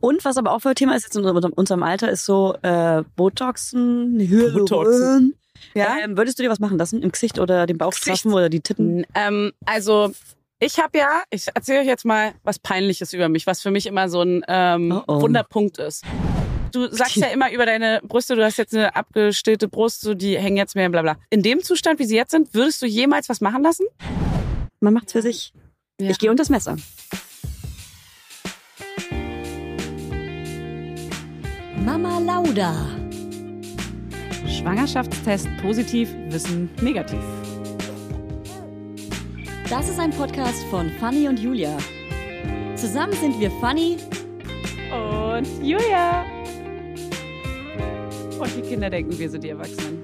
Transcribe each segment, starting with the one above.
Und was aber auch für ein Thema ist jetzt in unserem, unserem Alter, ist so äh, Botoxen, Hyaluron. Botoxen. Ja? Ähm, würdest du dir was machen lassen? Im Gesicht Mhm. oder den Bauch Gesicht. straffen oder die Titten? Ähm, also ich habe ja, ich erzähle euch jetzt mal was Peinliches über mich, was für mich immer so ein ähm, Oh, oh. Wunderpunkt ist. Du sagst ja immer über deine Brüste, du hast jetzt eine abgestillte Brust, so die hängen jetzt mehr, bla bla. In dem Zustand, wie sie jetzt sind, würdest du jemals was machen lassen? Man macht's für sich. Ja. Ich gehe unter das Messer. Mama Lauda. Schwangerschaftstest positiv, Wissen negativ. Das ist ein Podcast von Fanny und Julia. Zusammen sind wir Fanny Und Julia. Und die Kinder denken, wir sind die Erwachsenen.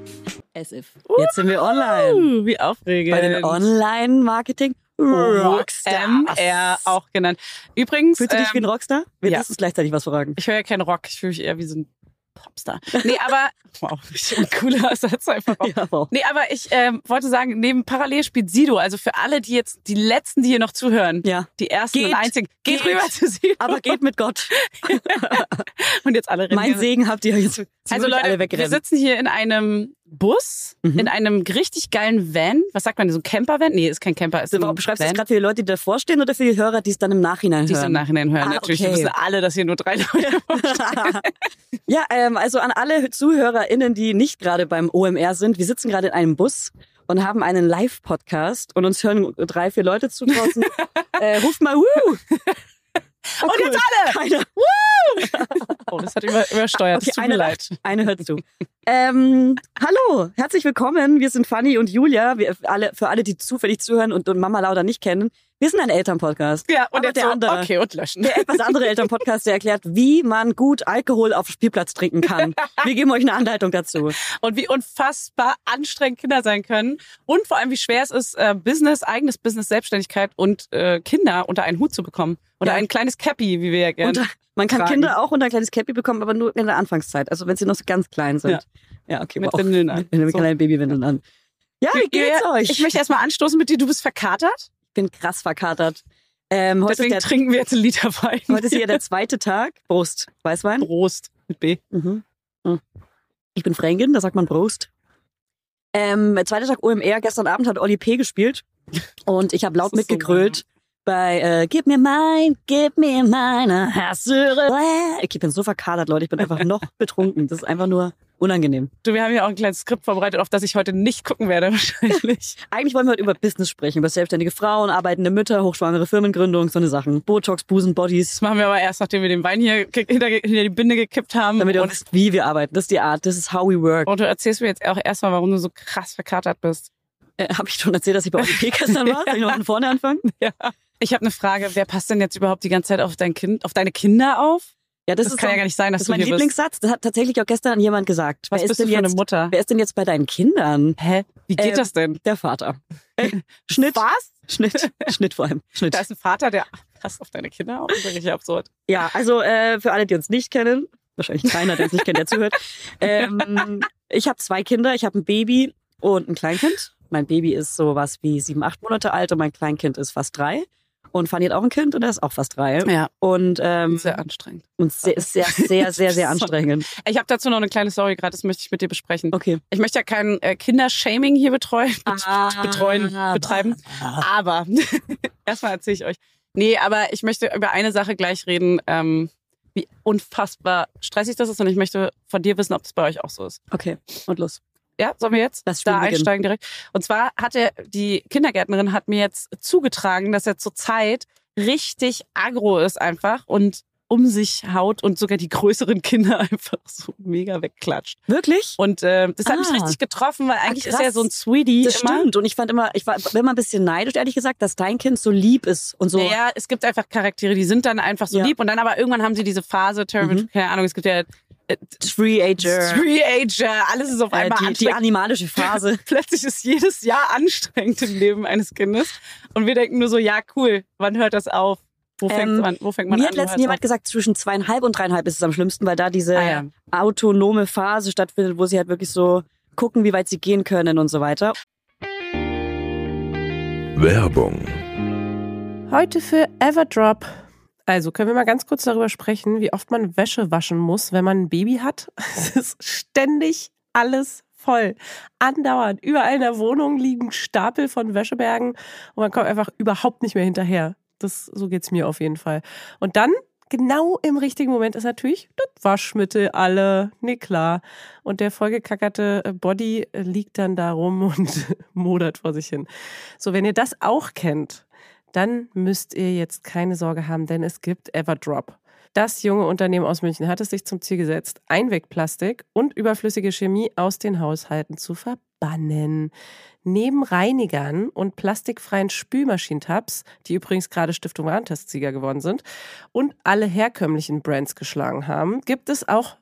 as if. Jetzt sind wir online. Uh, wie aufregend. Bei den Online-Marketing OMR Rockstars. auch genannt. Übrigens, Fühlst du dich wie ein ähm, Rockstar? Wir ja. lassen uns gleichzeitig was fragen. ich höre ja keinen Rock, ich fühle mich eher wie so ein Popstar. Nee, aber, wow, ein cooler Satz einfach. auch. Ja, wow. Nee, aber ich ähm, wollte sagen, neben Parallel spielt Sido, also für alle, die jetzt, die Letzten, die hier noch zuhören, Ja. die Ersten Geht. und Einzigen, geht, Geht. rüber zu Sido. Aber geht mit Gott. und jetzt alle rennen. Mein hier- Segen habt ihr jetzt. Sie also würden Leute, alle wir wegrennen. sitzen hier in einem Bus, Mhm. in einem richtig geilen Van. Was sagt man, so ein Camper-Van? Nee, ist kein Camper, ist Warum ein beschreibst du das Van. gerade für die Leute, die davor stehen oder für die Hörer, die es dann im Nachhinein Die es im hören? Nachhinein hören. Ah, Natürlich, okay. wir wissen alle, dass hier nur drei Leute ja, ähm, also an alle ZuhörerInnen, die nicht gerade beim OMR sind, wir sitzen gerade in einem Bus und haben einen Live-Podcast und uns hören drei, vier Leute zu draußen. äh, ruft mal, wuh! Oh, Und jetzt alle! Keiner. Oh, das hat über, übersteuert. Okay, es tut eine mir leid. Eine hört zu. ähm, hallo, herzlich willkommen. Wir sind Fanny und Julia. Wir alle, für alle, die zufällig zuhören und, und Mama Lauda nicht kennen, wir sind ein Elternpodcast. Ja, und Aber jetzt der so, andere. okay, und löschen. Der etwas andere Elternpodcast, der erklärt, wie man gut Alkohol auf dem Spielplatz trinken kann. Wir geben euch eine Anleitung dazu. Und wie unfassbar anstrengend Kinder sein können. Und vor allem, wie schwer es ist, äh, Business, eigenes Business, Selbstständigkeit und äh, Kinder unter einen Hut zu bekommen. Oder Ja. ein kleines Cappy, wie wir ja gerne. Und äh, man kann tragen. Kinder auch unter ein kleines Cappy bekommen, aber nur in der Anfangszeit. Also wenn sie noch so ganz klein sind. Ja. Ja, okay. Mit wow. Windeln an. Mit, mit So. kleinen Babywindeln an. Ja, Oh, wie geht's Julia, euch? Ich möchte erstmal anstoßen mit dir. Du bist verkatert. Ich bin krass verkatert. Ähm, heute, Deswegen ist trinken wir jetzt einen Liter Wein. der, heute ist hier der zweite Tag. Prost. Weißwein. Prost mit B. Mhm. Mhm. Ich bin Fränkin, da sagt man Prost. Ähm, zweiter Tag OMR, gestern Abend hat Oli P. gespielt und ich habe laut Das ist so mitgegrölt bei äh, Gib mir mein, gib mir meine Hassöre. Ich bin so verkadert, Leute, ich bin einfach noch betrunken. Das ist einfach nur unangenehm. Du, wir haben ja auch ein kleines Skript vorbereitet, auf das ich heute nicht gucken werde wahrscheinlich. Eigentlich wollen wir heute über Business sprechen, über selbstständige Frauen, arbeitende Mütter, hochschwangere Firmengründung, so eine Sachen. Botox, Busen, Bodies. Das machen wir aber erst, nachdem wir den Wein hier ge- hinter, hinter die Binde gekippt haben. Damit ihr und, wisst, wie wir arbeiten. Das ist die Art, das ist how we work. und du erzählst mir jetzt auch erstmal, warum du so krass verkatert bist. Äh, habe ich schon erzählt, dass ich bei Oli P. gestern war? Soll ich noch von vorne anfangen? Ich habe eine Frage, wer passt denn jetzt überhaupt die ganze Zeit auf dein Kind, auf deine Kinder auf? Ja, Das, kann so- ja gar nicht sein, dass Das ist du mein hier bist. Lieblingssatz. Das hat tatsächlich auch gestern jemand gesagt. Was wer bist ist du denn für eine jetzt, Mutter? Wer ist denn jetzt bei deinen Kindern? Hä? Wie geht Äh, das denn? Der Vater. Schnitt. Was? Schnitt. Schnitt vor allem. Schnitt. Da ist ein Vater, der passt auf deine Kinder auf. Das ist ja richtig absurd. Ja, also äh, für alle, die uns nicht kennen, wahrscheinlich keiner, der uns nicht kennt, der zuhört. Ähm, ich habe zwei Kinder, ich habe ein Baby und ein Kleinkind. Mein Baby ist sowas wie sieben, acht Monate alt und mein Kleinkind ist fast drei. Und Fanny hat auch ein Kind und er ist auch fast drei. Ja, Und, ähm, sehr anstrengend. und sehr, ist sehr, sehr, sehr, sehr anstrengend. Ich habe dazu noch eine kleine Story gerade, das möchte ich mit dir besprechen. Okay. Ich möchte ja kein äh, Kindershaming hier betreuen, Ah, bet- betreuen, betreiben. Aber erstmal erzähle ich euch. Nee, aber ich möchte über eine Sache gleich reden, ähm, wie unfassbar stressig das ist. Und ich möchte von dir wissen, ob das bei euch auch so ist. Okay. Und los. Ja, sollen wir jetzt Lass da spielen beginnen. einsteigen direkt? Und zwar hat er, die Kindergärtnerin hat mir jetzt zugetragen, dass er zurzeit richtig agro ist einfach und um sich haut und sogar die größeren Kinder einfach so mega wegklatscht. Wirklich? Und äh, das hat mich Ah. richtig getroffen, weil eigentlich ist er krass. so ein Sweetie Das immer. stimmt. Und ich fand immer, ich war immer ein bisschen neidisch, ehrlich gesagt, dass dein Kind so lieb ist und so. Ja, ja, es gibt einfach Charaktere, die sind dann einfach so Ja. lieb und dann aber irgendwann haben sie diese Phase, Termin, Mhm. keine Ahnung, es gibt ja äh, Free-Ager. Three-Ager, alles ist auf Äh, einmal die, die anstrengend. animalische Phase. Plötzlich ist jedes Jahr anstrengend im Leben eines Kindes und wir denken nur so, ja cool, wann hört das auf? Wo fängt Ähm, man, wo fängt man Mir hat an? wo letztens hört's jemand gesagt, zwischen zweieinhalb und dreieinhalb ist es am schlimmsten, weil da diese Ah, ja. autonome Phase stattfindet, wo sie halt wirklich so gucken, wie weit sie gehen können und so weiter. Werbung. Heute für Everdrop. Also, können wir mal ganz kurz darüber sprechen, wie oft man Wäsche waschen muss, wenn man ein Baby hat? Es ist ständig alles voll. Andauernd. Überall in der Wohnung liegen Stapel von Wäschebergen und man kommt einfach überhaupt nicht mehr hinterher. Das, so geht's mir auf jeden Fall. Und dann, genau im richtigen Moment, ist natürlich das Waschmittel alle. Nee, klar. Und der vollgekackerte äh, Body äh, liegt dann da rum und modert vor sich hin. So, wenn ihr das auch kennt, dann müsst ihr jetzt keine Sorge haben, denn es gibt Everdrop. Das junge Unternehmen aus München hat es sich zum Ziel gesetzt, Einwegplastik und überflüssige Chemie aus den Haushalten zu verbannen. Neben Reinigern und plastikfreien Spülmaschinentabs, die übrigens gerade Stiftung Warentest-Sieger geworden sind, und alle herkömmlichen Brands geschlagen haben, gibt es auch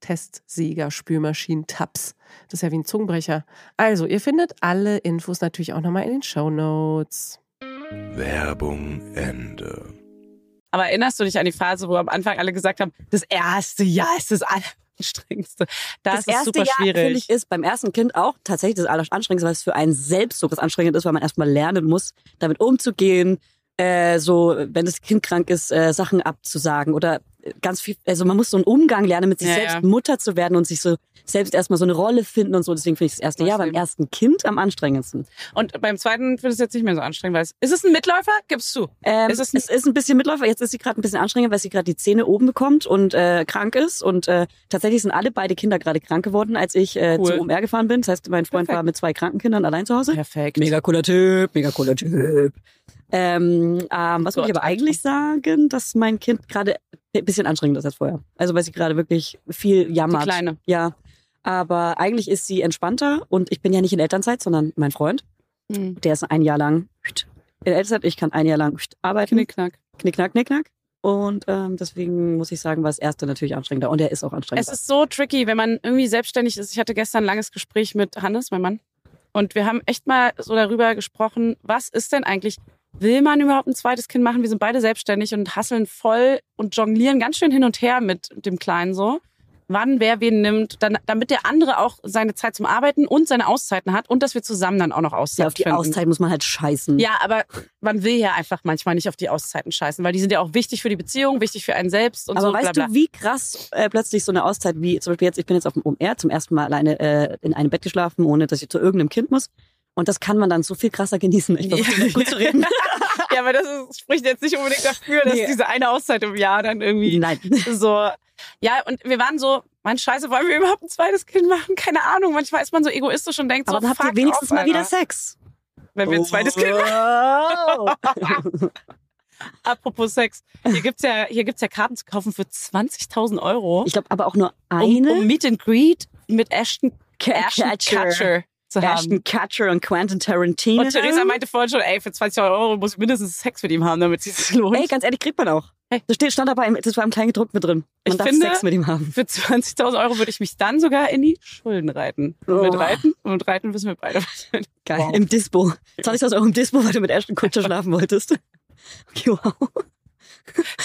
Testsieger, Spülmaschinen, Tabs. Das ist ja wie ein Zungenbrecher. Also, ihr findet alle Infos natürlich auch nochmal in den Show Notes. Werbung Ende. Aber erinnerst du dich an die Phase, wo am Anfang alle gesagt haben, das erste Jahr ist das anstrengendste. Das, ist super finde schwierig. ich, ist beim ersten Kind auch tatsächlich das Alleranstrengendste, weil es für einen selbst so was anstrengend ist, weil man erstmal lernen muss, damit umzugehen, äh, so, wenn das Kind krank ist, äh, Sachen abzusagen oder ganz viel, also man muss so einen Umgang lernen, mit sich Ja, selbst ja. Mutter zu werden und sich so selbst erstmal so eine Rolle finden und so. Deswegen finde ich das erste Das Jahr beim stimmt. ersten Kind am anstrengendsten. Und beim zweiten wird es jetzt nicht mehr so anstrengend, weil es ist es ein Mitläufer? Gib's zu. Ähm, Ist es es, ist ein bisschen Mitläufer. Jetzt ist sie gerade ein bisschen anstrengend, weil sie gerade die Zähne oben bekommt und äh, krank ist. Und äh, tatsächlich sind alle beide Kinder gerade krank geworden, als ich äh, Cool. zu OMR gefahren bin. Das heißt, mein Freund Perfekt. war mit zwei kranken Kindern allein zu Hause. Perfekt. Mega cooler Typ, mega cooler Typ. Ähm, ähm, was muss ich Gott, aber eigentlich sagen, dass mein Kind gerade ein bisschen anstrengender ist als vorher. Also weil sie gerade wirklich viel Die jammert. Kleine. Ja. Aber eigentlich ist sie entspannter und ich bin ja nicht in Elternzeit, sondern mein Freund, Mhm. der ist ein Jahr lang in Elternzeit. Ich kann ein Jahr lang arbeiten. Knickknack. Knick, knack, knick, knack. Und ähm, deswegen muss ich sagen, war das erste natürlich anstrengender. Und er ist auch anstrengender. Es ist so tricky, wenn man irgendwie selbstständig ist. Ich hatte gestern ein langes Gespräch mit Hannes, mein Mann. Und wir haben echt mal so darüber gesprochen, was ist denn eigentlich, will man überhaupt ein zweites Kind machen? Wir sind beide selbstständig und hasseln voll und jonglieren ganz schön hin und her mit dem Kleinen so. Wann wer wen nimmt, dann, damit der andere auch seine Zeit zum Arbeiten und seine Auszeiten hat und dass wir zusammen dann auch noch Auszeiten ja, auf die finden. Auszeit muss man halt scheißen. Ja, aber man will ja einfach manchmal nicht auf die Auszeiten scheißen, weil die sind ja auch wichtig für die Beziehung, wichtig für einen selbst und Aber so. weißt bla, bla. du, wie krass äh, plötzlich so eine Auszeit, wie zum Beispiel jetzt, ich bin jetzt auf dem OMR zum ersten Mal alleine äh, in einem Bett geschlafen, ohne dass ich zu irgendeinem Kind muss. Und das kann man dann so viel krasser genießen. Ich versuche nicht gut zu reden. Ja, aber das ist, spricht jetzt nicht unbedingt dafür, dass Nee. diese eine Auszeit im Jahr dann irgendwie Nein. so. Ja, und wir waren so, Mann, scheiße, wollen wir überhaupt ein zweites Kind machen? Keine Ahnung. Manchmal ist man so egoistisch und denkt Aber so, dann habt fuck ihr wenigstens off, mal wieder Alter, Sex. Wenn wir Oh. ein zweites Kind machen. Apropos Sex. Hier gibt's ja, hier gibt's ja Karten zu kaufen für 20.000 Euro. Ich glaube aber auch nur um, eine. um Meet and Greet mit Ashton, Kutcher. Ashton Kutcher zu haben. Ashton Kutcher und Quentin Tarantino. Und Theresa meinte vorhin schon, ey, für 20 Euro muss ich mindestens Sex mit ihm haben, damit es sich lohnt. Ey, ganz ehrlich, kriegt man auch. Hey. Das steht, stand aber im, das war im kleinen gedruckt mit drin. Man Ich darf finde- Sex mit ihm haben. für 20.000 Euro würde ich mich dann sogar in die Schulden reiten. Und mit Oh. reiten, und mit reiten wissen wir beide. wahrscheinlich. Geil. Wow. Im Dispo. 20.000 Euro im Dispo, weil du mit Ashton Kutcher schlafen wolltest. Okay, wow.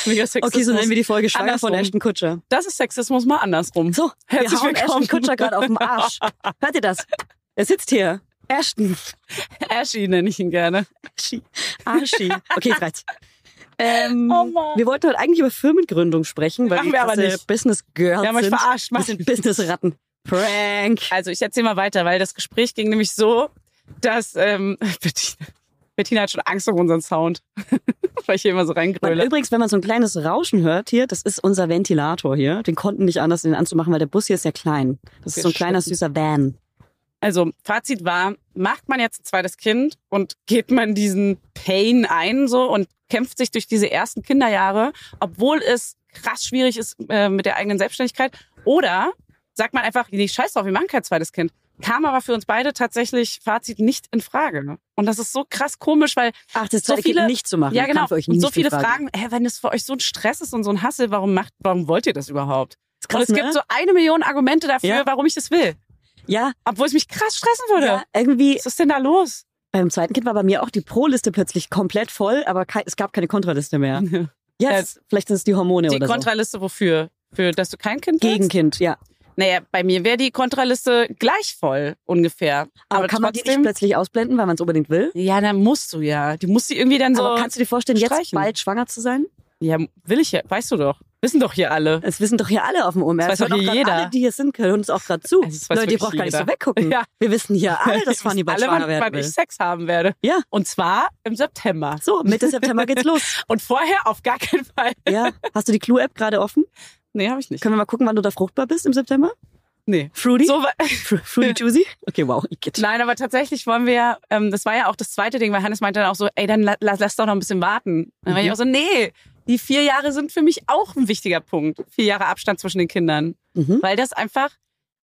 Mega Sexismus. Okay, so nennen wir die Folge Schwanger Andersrum. von Ashton Kutscher. das ist Sexismus mal andersrum. So, Herzlich wir hauen willkommen. Ashton Kutscher gerade auf dem Arsch. Hört ihr das? Er sitzt hier. Ashton. Ashy nenne ich ihn gerne. Aschi. Aschi. Okay, jetzt reicht's. Ähm, Oh Mann. wir wollten heute eigentlich über Firmengründung sprechen, weil Machen wir aber krasse nicht. Business Girls Wir haben euch sind. verarscht. Wir Mann. sind Business-Ratten. Prank. Also ich erzähle mal weiter, weil das Gespräch ging nämlich so, dass ähm, Bettina, Bettina hat schon Angst um unseren Sound, weil ich hier immer so Man, reingröle. übrigens, wenn man so ein kleines Rauschen hört hier, das ist unser Ventilator hier. Den konnten nicht anders, den anzumachen, weil der Bus hier ist ja klein. Das ist so ein kleiner, süßer Van. Also Fazit war, macht man jetzt ein zweites Kind und geht man diesen Pain ein so und kämpft sich durch diese ersten Kinderjahre, obwohl es krass schwierig ist äh, mit der eigenen Selbstständigkeit. Oder sagt man einfach, nee, scheiß drauf, wir machen kein zweites Kind. Kam aber für uns beide tatsächlich Fazit nicht in Frage. Und das ist so krass komisch, weil Ach, das So zweite Kind viele- nicht zu machen. ja, Kam genau. Für euch und nicht so viele in Frage. fragen, hä, wenn es für euch so ein Stress ist und so ein Hassel, warum macht, warum wollt ihr das überhaupt? Ist krass, und es ne? gibt so eine Million Argumente dafür, Ja. warum ich das will. ja, Obwohl es mich krass stressen würde. ja, irgendwie Was ist denn da los? beim zweiten Kind war bei mir auch die Pro-Liste plötzlich komplett voll, aber kei- es gab keine Kontraliste mehr. Jetzt, vielleicht sind es die Hormone Die oder so. Kontraliste wofür? Für, dass du kein Kind willst? Gegenkind, ja. Naja, bei mir wäre die Kontraliste gleich voll ungefähr. Aber, kann man die trotzdem, nicht plötzlich ausblenden, weil man es unbedingt will? Ja, dann musst du ja. Die musst du irgendwie dann so. Aber kannst du dir vorstellen, jetzt streichen. bald schwanger zu sein? ja, will ich ja. Weißt du doch. Wissen doch hier alle. Das wissen doch hier alle auf dem OMR. Das weiß hören doch hier grad jeder. Alle, die hier sind, hören uns auch gerade zu. Also, das weiß Leute, ihr wirklich braucht gar nicht so jeder. weggucken. Ja. Wir wissen hier alle, dass Ihr Fanny wisst bald alle, schwanger wann, werden wann will. ich Sex haben werde. Ja. Und zwar im September. So, Mitte September geht's los. Und vorher auf gar keinen Fall. Ja. Hast du die Clue-App gerade offen? Nee, habe ich nicht. Können wir mal gucken, wann du da fruchtbar bist im September? Nee. Fruity? So, wa- Fru Fruity Juicy? Okay, wow. Ich geht. nein, aber tatsächlich wollen wir ja, ähm, das war ja auch das zweite Ding, weil Hannes meinte dann auch so, ey, dann la la- lass doch noch ein bisschen warten. Dann Mhm. war ich auch so, nee, die vier Jahre sind für mich auch ein wichtiger Punkt. Vier Jahre Abstand zwischen den Kindern. Mhm. Weil das einfach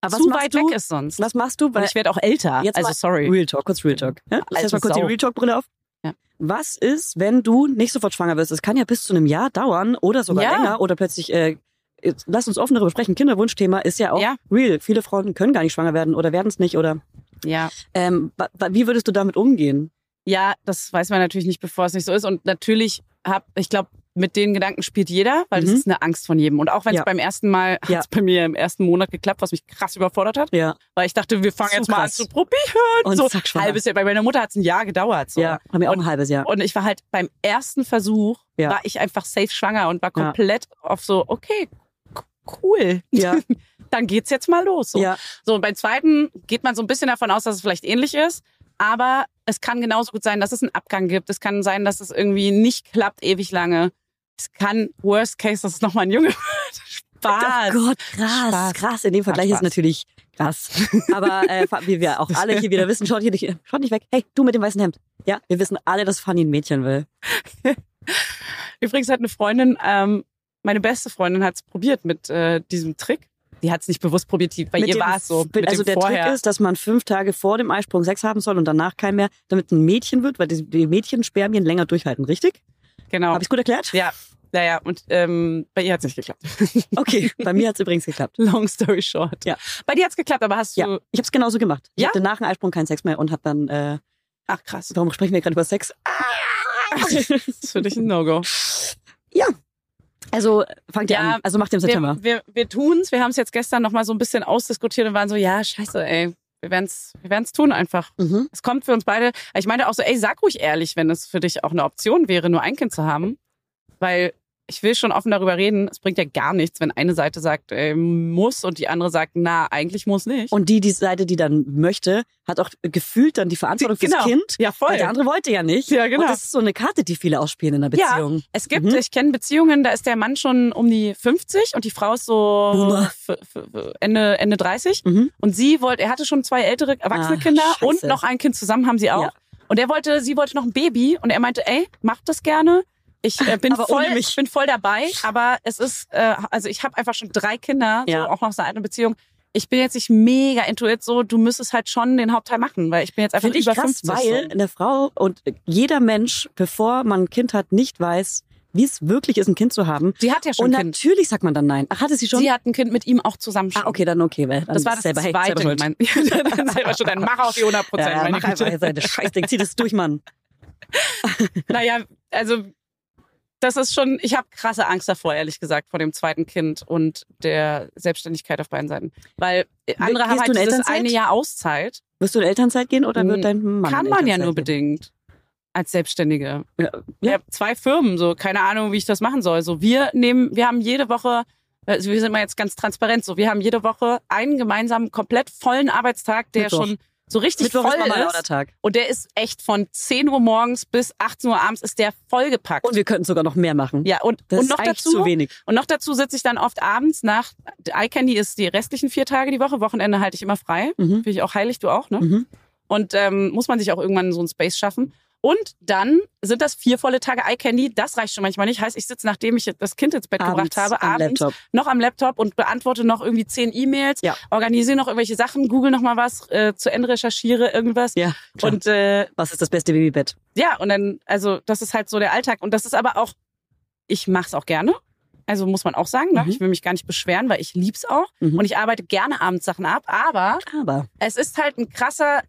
Aber was zu machst weit du? weg ist sonst. Was machst du? Und Weil ich werde auch älter. Jetzt also mal- sorry. Real Talk, kurz Real Talk. Ja? Lass Alte jetzt mal kurz Sau. die Real Talk-Brille auf. Ja. Was ist, wenn du nicht sofort schwanger wirst? Es kann ja bis zu einem Jahr dauern oder sogar Ja. länger oder plötzlich. Äh, jetzt Lass uns offen darüber sprechen. Kinderwunschthema ist ja auch Ja. real. Viele Frauen können gar nicht schwanger werden oder werden es nicht. Oder Ja. ähm, wa- wa- wie würdest du damit umgehen? Ja, das weiß man natürlich nicht, bevor es nicht so ist. Und natürlich hab, ich glaube, mit den Gedanken spielt jeder, weil Mhm. das ist eine Angst von jedem. Und auch wenn es Ja. beim ersten Mal, Ja. hat's bei mir im ersten Monat geklappt, was mich krass überfordert hat, Ja. weil ich dachte, wir fangen So jetzt mal an krass. zu probieren. Und so zack, schwanger. halbes Jahr. Bei meiner Mutter hat es ein Jahr gedauert. So. Ja, haben wir auch Und- ein halbes Jahr. Und ich war halt beim ersten Versuch, Ja. war ich einfach safe schwanger und war Ja. komplett auf so, okay, c- cool. Ja. Dann geht's jetzt mal los. So. Ja, So, und beim zweiten geht man so ein bisschen davon aus, dass es vielleicht ähnlich ist. Aber es kann genauso gut sein, dass es einen Abgang gibt. Es kann sein, dass es irgendwie nicht klappt ewig lange. Es kann, worst case, dass es nochmal ein Junge wird. Spaß. Oh Gott, krass, Spaß. krass. In dem Vergleich ist Spaß. natürlich krass. Aber äh, wie wir auch alle hier wieder wissen, schaut hier nicht, schaut nicht weg. Hey, du mit dem weißen Hemd. Ja, wir wissen alle, dass Fanny ein Mädchen will. Übrigens hat eine Freundin, ähm, meine beste Freundin hat es probiert mit äh, diesem Trick. Die hat es nicht bewusst probiert, die, bei Mit ihr dem war es so. F- Mit also dem der vorher. Trick ist, dass man fünf Tage vor dem Eisprung Sex haben soll und danach kein mehr, damit ein Mädchen wird, weil die, die Mädchenspermien länger durchhalten, richtig? genau. Habe ich gut erklärt? Ja, naja, und ähm, bei ihr hat es nicht geklappt. Okay, bei mir hat es übrigens geklappt. Long story short. Ja. Bei dir hat es geklappt, aber hast du. Ja, ich habe es genauso gemacht. Ich Ja? hatte nach dem Eisprung keinen Sex mehr und habe dann, äh, Ach krass. warum sprechen wir gerade über Sex? Das ist für dich ein No-Go. Also fangt ihr Ja, an, also macht ihr im September. Wir, wir, wir tun's. Wir haben es jetzt gestern noch mal so ein bisschen ausdiskutiert und waren so, ja, scheiße, ey. Wir werden's, wir werden's tun einfach. Mhm. Es kommt für uns beide. Ich meine auch so, ey, sag ruhig ehrlich, wenn es für dich auch eine Option wäre, nur ein Kind zu haben. Weil ich will schon offen darüber reden. Es bringt ja gar nichts, wenn eine Seite sagt, ey, muss und die andere sagt, na, eigentlich muss nicht. Und die, die Seite, die dann möchte, hat auch gefühlt dann die Verantwortung fürs Genau. Kind. ja, voll. Weil der andere wollte ja nicht. Ja, genau. Und das ist so eine Karte, die viele ausspielen in einer Ja. Beziehung. Es gibt, Mhm. ich kenne Beziehungen, da ist der Mann schon um die 50 und die Frau ist so Boomer. f- f- f- Ende, Ende 30. Mhm. Und sie wollte, er hatte schon zwei ältere erwachsene Ah, Kinder scheiße. und noch ein Kind zusammen haben sie auch. Ja. Und er wollte, sie wollte noch ein Baby und er meinte, ey, mach das gerne. Ich äh, bin, Aber voll, ohne mich. ich bin voll dabei, aber es ist, äh, also ich habe einfach schon drei Kinder, Ja. so auch noch aus einer alten Beziehung. Ich bin jetzt nicht mega intuit so, du müsstest halt schon den Hauptteil machen, weil ich bin jetzt einfach Finde ich über krass, 50. weil so. eine Frau und jeder Mensch, bevor man ein Kind hat, nicht weiß, wie es wirklich ist, ein Kind zu haben. Sie hat ja schon Und ein Kind. natürlich sagt man dann nein. Ach, hatte sie schon? Sie hat ein Kind mit ihm auch zusammen schon. ah, okay, dann okay. Weil dann Das war das ist selber, hey, selber zweite. schuld. mein, ja, dann selber schon. Dann mach auf die 100 Prozent. ja, ja, mach einfach jetzt eine Scheißding, zieh das durch, Mann. Naja, also das ist schon, ich habe krasse Angst davor, ehrlich gesagt, vor dem zweiten Kind und der Selbstständigkeit auf beiden Seiten. Weil andere Gehst haben du in halt dieses Elternzeit? eine Jahr Auszeit. Wirst du in Elternzeit gehen oder wird dein Mann? Kann in man ja Elternzeit nur gehen? bedingt. Als Selbstständige. Ja, Ich hab zwei Firmen, so keine Ahnung, wie ich das machen soll. So wir nehmen, wir haben jede Woche, also wir sind mal jetzt ganz transparent, so wir haben jede Woche einen gemeinsamen komplett vollen Arbeitstag, der Mittwoch. schon so richtig Mittwoch voll ist nochmal ist. Laudertag. Und der ist echt von 10 Uhr morgens bis 18 Uhr abends ist der vollgepackt. Und wir könnten sogar noch mehr machen. ja, und, Das und ist noch eigentlich dazu, zu wenig. und noch dazu sitze ich dann oft abends nach, Eye Candy ist die restlichen vier Tage die Woche, Wochenende halte ich immer frei. Mhm. Bin ich auch heilig, du auch, ne? Mhm. Und ähm, muss man sich auch irgendwann so einen Space schaffen. Und dann sind das vier volle Tage Eye Candy. Das reicht schon manchmal nicht. Heißt, ich sitze, nachdem ich das Kind ins Bett Abends gebracht habe, am abends Laptop. noch am Laptop und beantworte noch irgendwie zehn E-Mails, Ja. organisiere noch irgendwelche Sachen, google noch mal was, äh, zu Ende recherchiere irgendwas. Ja, klar. Und äh, was ist das beste Babybett? ja, und dann, also das ist halt so der Alltag. Und das ist aber auch, ich mache es auch gerne. Also muss man auch sagen, ne? Mhm. ich will mich gar nicht beschweren, weil ich lieb's auch. Mhm. Und ich arbeite gerne abends Sachen ab. Aber Aber es ist halt ein krasser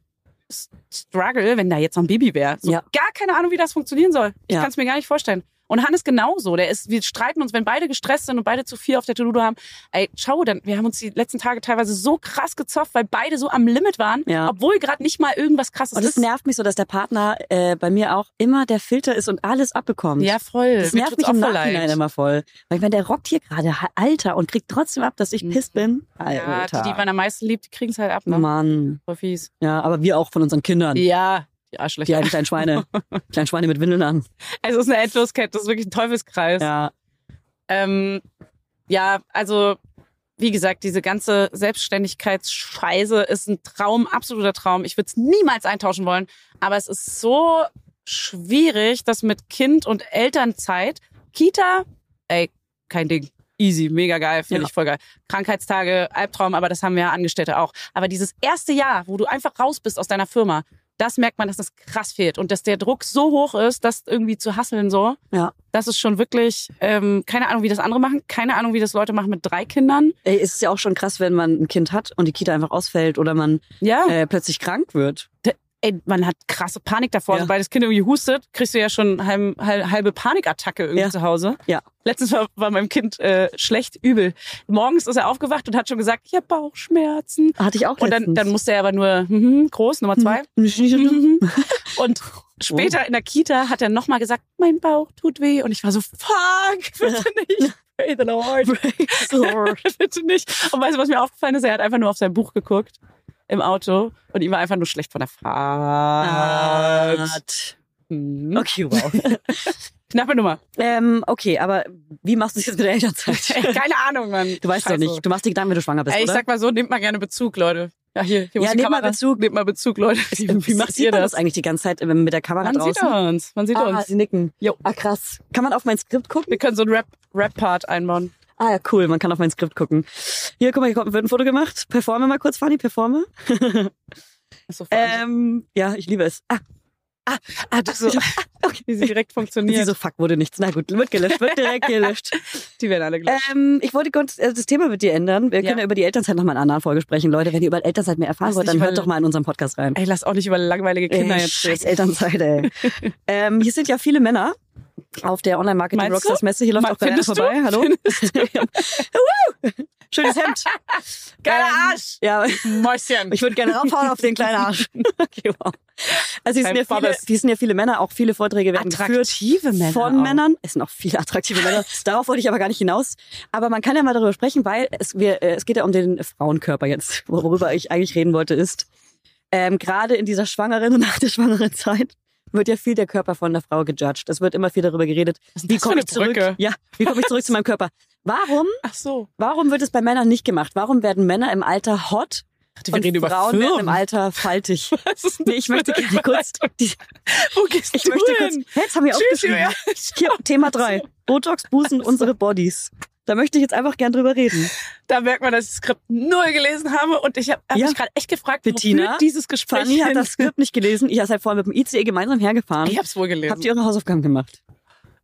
S- Struggle, wenn da jetzt noch ein Baby wäre. So Ja. Gar keine Ahnung, wie das funktionieren soll. Ich Ja. kann's mir gar nicht vorstellen. Und Hannes genauso. Der ist, wir streiten uns, wenn beide gestresst sind und beide zu viel auf der To-Do haben. Ey, schau, dann, wir haben uns die letzten Tage teilweise so krass gezofft, weil beide so am Limit waren, Ja. obwohl gerade nicht mal irgendwas krasses und es ist. nervt mich so, dass der Partner äh, bei mir auch immer der Filter ist und alles abbekommt. ja, voll. Das Mir nervt tut's mich im auch voll leid. Nachhinein immer voll. Weil ich meine, der rockt hier gerade ha- Alter und kriegt trotzdem ab, dass ich Mhm. pisst bin. Ja, Alter. die, die man am meisten liebt, die kriegen es halt ab, ne? Mann. Voll fies. Ja, aber wir auch von unseren Kindern. Ja, die Die Arschlöcher. alten kleinen Schweine. kleinen Schweine mit Windeln an. Also es ist eine Endloskette, das ist wirklich ein Teufelskreis. Ja. Ähm, ja, also wie gesagt, diese ganze Selbstständigkeitsscheiße ist ein Traum, absoluter Traum. Ich würde es niemals eintauschen wollen, aber es ist so schwierig, das mit Kind und Elternzeit, Kita, ey, kein Ding. Easy, mega geil, finde Ja. ich voll geil. Krankheitstage, Albtraum, aber das haben wir ja Angestellte auch. Aber dieses erste Jahr, wo du einfach raus bist aus deiner Firma, das merkt man, dass das krass fehlt und dass der Druck so hoch ist, das irgendwie zu hasseln so. Ja. Das ist schon wirklich, ähm, keine Ahnung, wie das andere machen, keine Ahnung, wie das Leute machen mit drei Kindern. Ey, es ist ja auch schon krass, wenn man ein Kind hat und die Kita einfach ausfällt oder man Ja. äh, plötzlich krank wird. Ey, man hat krasse Panik davor. Ja. Sobald das Kind irgendwie hustet, kriegst du ja schon halb, halb, halbe Panikattacke irgendwie Ja. zu Hause. Ja. Letztens war, war meinem Kind äh, schlecht übel. Morgens ist er aufgewacht und hat schon gesagt, ich habe Bauchschmerzen. Hatte ich auch Und dann, letztens. dann musste er aber nur mhm, groß, Nummer zwei. Mhm. Und später in der Kita hat er nochmal gesagt, mein Bauch tut weh. Und ich war so, fuck, bitte nicht. Pray the Lord. bitte nicht. Und weißt du, was mir aufgefallen ist? Er hat einfach nur auf sein Buch geguckt im Auto und ihm war einfach nur schlecht von der Fahrt. Hat. Mhm. Okay, wow. Knappe Nummer. ähm, okay, aber wie machst du es jetzt mit der Elternzeit? Ey, keine Ahnung, Mann. Du weißt Scheiße. doch nicht. Du machst dir Gedanken, wenn du schwanger bist, Ey, ich oder? sag mal so, nehmt mal gerne Bezug, Leute. Ja, hier, hier muss Ja, die nehmt mal Kamera. Bezug. äh, Nehmt mal Bezug, Leute. Wie, wie macht sieht ihr man das? eigentlich die ganze Zeit immer mit der Kamera Man sieht draußen? uns. Man sieht ah, uns. sie nicken. Jo. Ah, krass. Kann man auf mein Skript gucken? Wir können so einen Rap- Rap-Part einbauen. Ah, ja, cool. Man kann auf mein Skript gucken. Hier, guck mal, hier kommt, wird ein Foto gemacht. Performe mal kurz, Fanny, performe. Ist so verrückt. Ähm, ja, ich liebe es. Ah, Ah, das so, wie sie direkt und sie funktioniert. so, fuck, wurde nichts. Na gut, wird gelöscht, wird direkt gelöscht. die werden alle gleich. Ähm, ich wollte kurz äh, das Thema mit dir ändern. Wir Ja. können ja über die Elternzeit nochmal in einer anderen Folge sprechen. Leute, wenn ihr über Elternzeit mehr erfahren Lass wollt, nicht dann mal- hört doch mal in unseren Podcast rein. Ey, lass auch nicht über langweilige Kinder Ey, jetzt scheiß reden. Elternzeit, ey. ähm, hier sind ja viele Männer auf der Meinst du? Online-Marketing-Rockstars-Messe. Hier läuft Mal- auch gerade einer findest du? vorbei. Hallo? Woo! Schönes Hemd. Geiler Ähm, Arsch! Ja, Mäuschen! ich würde gerne raufhauen auf den kleinen Arsch. Okay, wow. Also hier sind, Kein ja viele, Promise. hier sind ja viele Männer, auch viele Vorträge werden geführt. Von auch. Männern. Es sind auch viele attraktive Männer. Darauf wollte ich aber gar nicht hinaus. Aber man kann ja mal darüber sprechen, weil es, wir, äh, es geht ja um den Frauenkörper jetzt. Wor- Worüber ich eigentlich reden wollte, ist, ähm, gerade in dieser schwangeren und nach der schwangeren Zeit wird ja viel der Körper von der Frau gejudged. Es wird immer viel darüber geredet. Was ist Wie das für komme eine ich zurück? Brücke? Ja, wie komme ich zurück zu meinem Körper? Warum, Ach so. warum wird es bei Männern nicht gemacht? Warum werden Männer im Alter hot Dachte, und Frauen werden im Alter faltig? Was ist denn Nee, ich möchte das für gerne eine kurz. Die, Überleitung? Wo gehst ich du möchte kurz. hin? Hä, jetzt haben wir Tschüss, aufgeschrieben. Julia. Hier, Thema drei: Botox, Busen, unsere Bodies. Da möchte ich jetzt einfach gern drüber reden. Da merkt man, dass ich das Skript null gelesen habe und ich habe hab Ja. mich gerade echt gefragt, Bettina, wo führt dieses Gespräch Fanny hat hin? das Skript nicht gelesen. Ich seid vorher mit dem ICE gemeinsam hergefahren. ich habe es wohl gelesen. Habt ihr eure Hausaufgaben gemacht?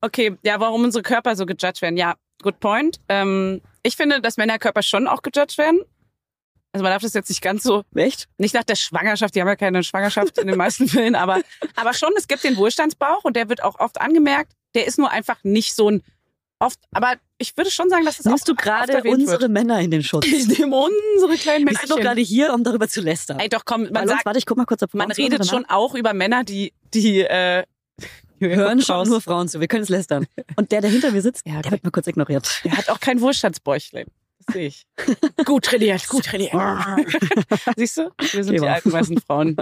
Okay, ja, warum unsere Körper so gejudged werden. Ja, good point. Ähm, ich finde, dass Männerkörper schon auch gejudged werden. Also man darf das jetzt nicht ganz so Echt? nicht nach der Schwangerschaft, die haben ja keine Schwangerschaft in den meisten Fällen, aber, aber schon, es gibt den Wohlstandsbauch und der wird auch oft angemerkt. Der ist nur einfach nicht so ein oft, aber ich würde schon sagen, dass es Nimmst auch du oft gerade erwähnt unsere wird. Männer in den Schutz? Ich nehme unsere kleinen Wir sind doch Männchen. gerade hier, um darüber zu lästern. Ey, doch komm, Weil man sagt, uns, warte, ich guck mal kurz, ob man Frauen zuhören redet oder schon auch über Männer, die die äh, nicht. hören schon nur Frauen zu. Wir können es lästern. Und der, der hinter mir sitzt, Ja, der okay. wird mal kurz ignoriert. Der hat auch kein Wohlstandsbäuchlein. Das sehe ich. Gut trainiert, gut trainiert. Siehst du? Wir sind Geh die mal. alten weißen Frauen,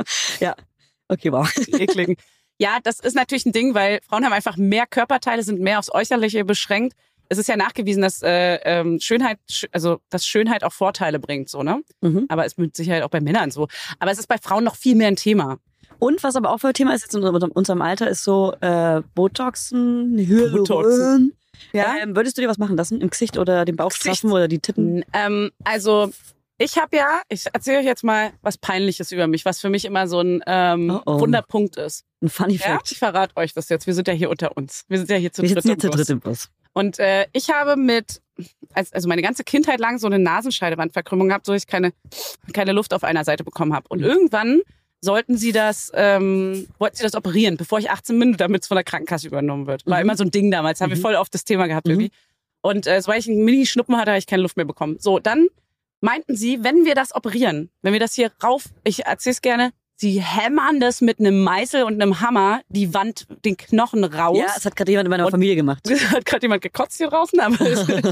Okay, wow. die ekligen. Ja, das ist natürlich ein Ding, weil Frauen haben einfach mehr Körperteile, sind mehr aufs Äußerliche beschränkt. Es ist ja nachgewiesen, dass äh, ähm, Schönheit, sch- also dass Schönheit auch Vorteile bringt, so ne? Mhm. Aber ist mit Sicherheit auch bei Männern so. Aber es ist bei Frauen noch viel mehr ein Thema. Und was aber auch voll Thema ist jetzt in unserem, unserem Alter, ist so äh, Botoxen, Hyaluron. Botoxen. Ja? Ähm, würdest du dir was machen lassen? Im Gesicht oder den Bauch Gesicht. straffen oder die Titten? Ähm, also ich habe ja, ich erzähle euch jetzt mal was Peinliches über mich, was für mich immer so ein ähm, Oh, oh. Wunderpunkt ist. Ein Funny Ja, Fact. ich verrate euch das jetzt. Wir sind ja hier unter uns. Wir sind ja hier zu Wir dritt. sitzen im jetzt zu Bus. dritt im Bus. Und äh, ich habe mit, als- also meine ganze Kindheit lang so eine Nasenscheidewandverkrümmung gehabt, so dass ich keine, keine Luft auf einer Seite bekommen habe. Mhm. Und irgendwann sollten sie das, ähm, wollten sie das operieren, bevor ich 18 bin, damit es von der Krankenkasse übernommen wird. War Mhm. immer so ein Ding damals, haben wir Mhm. voll oft das Thema gehabt Mhm. irgendwie. Und äh, so, weil ich einen Mini-Schnuppen hatte, habe ich keine Luft mehr bekommen. So, dann meinten sie, wenn wir das operieren, wenn wir das hier rauf, ich erzähle es gerne, sie hämmern das mit einem Meißel und einem Hammer die Wand, den Knochen raus. Ja, es hat gerade jemand in meiner Und- Familie gemacht. Es hat gerade jemand gekotzt hier draußen, aber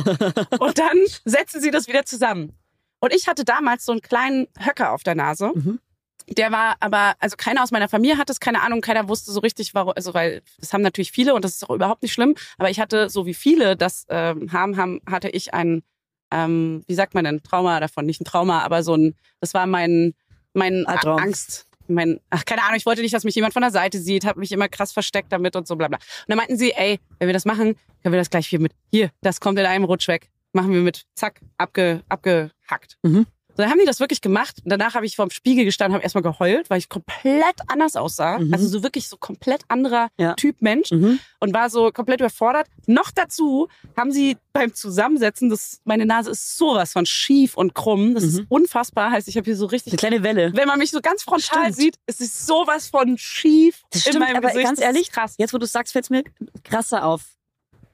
und dann setzen sie das wieder zusammen. Und ich hatte damals so einen kleinen Höcker auf der Nase. Mhm. Der war aber, also keiner aus meiner Familie hatte es, keine Ahnung, keiner wusste so richtig, warum, also weil das haben natürlich viele und das ist auch überhaupt nicht schlimm, aber ich hatte, so wie viele das ähm, haben, haben, hatte ich ein, ähm, wie sagt man denn, Trauma davon, nicht ein Trauma, aber so ein, das war mein, mein Ah, Traum. Angst, mein, ach keine Ahnung, ich wollte nicht, dass mich jemand von der Seite sieht, habe mich immer krass versteckt damit und so bla bla. Und dann meinten sie, ey, wenn wir das machen, können wir das gleich hier mit, hier, das kommt in einem Rutsch weg, machen wir mit, zack, abge, abgehackt. Mhm. So, dann haben die das wirklich gemacht. Und Danach habe ich vorm Spiegel gestanden, habe erstmal geheult, weil ich komplett anders aussah. Mhm. Also so wirklich so komplett anderer Ja. Typ Mensch Mhm. und war so komplett überfordert. Noch dazu haben sie beim Zusammensetzen, das, meine Nase ist sowas von schief und krumm. Das ist Mhm. unfassbar. Heißt, ich habe hier so richtig Eine kleine Welle. wenn man mich so ganz frontal Stimmt. sieht, es ist sowas von schief Das in stimmt, meinem aber Gesicht. ganz Das ist ehrlich, krass. Jetzt, wo du sagst, fällt es mir krasser auf.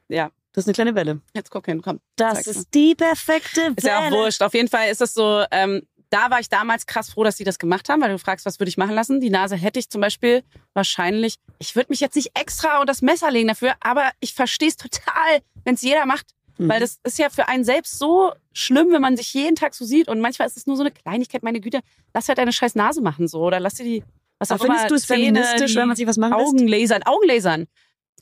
Ja. Das ist eine kleine Welle. Jetzt guck hin, komm. Das Zeig's mir. ist die perfekte Welle. Ist ja auch wurscht. Auf jeden Fall ist das so, ähm, da war ich damals krass froh, dass sie das gemacht haben, weil du fragst, was würde ich machen lassen? Die Nase hätte ich zum Beispiel wahrscheinlich, ich würde mich jetzt nicht extra und das Messer legen dafür, aber ich verstehe es total, wenn es jeder macht. Mhm. Weil das ist ja für einen selbst so schlimm, wenn man sich jeden Tag so sieht und manchmal ist es nur so eine Kleinigkeit, meine Güte, lass halt deine scheiß Nase machen so oder lass dir die, was auch Aber findest immer, du es Zähne, feministisch, die- wenn man sich was machen lässt? Augenlasern, Augenlasern.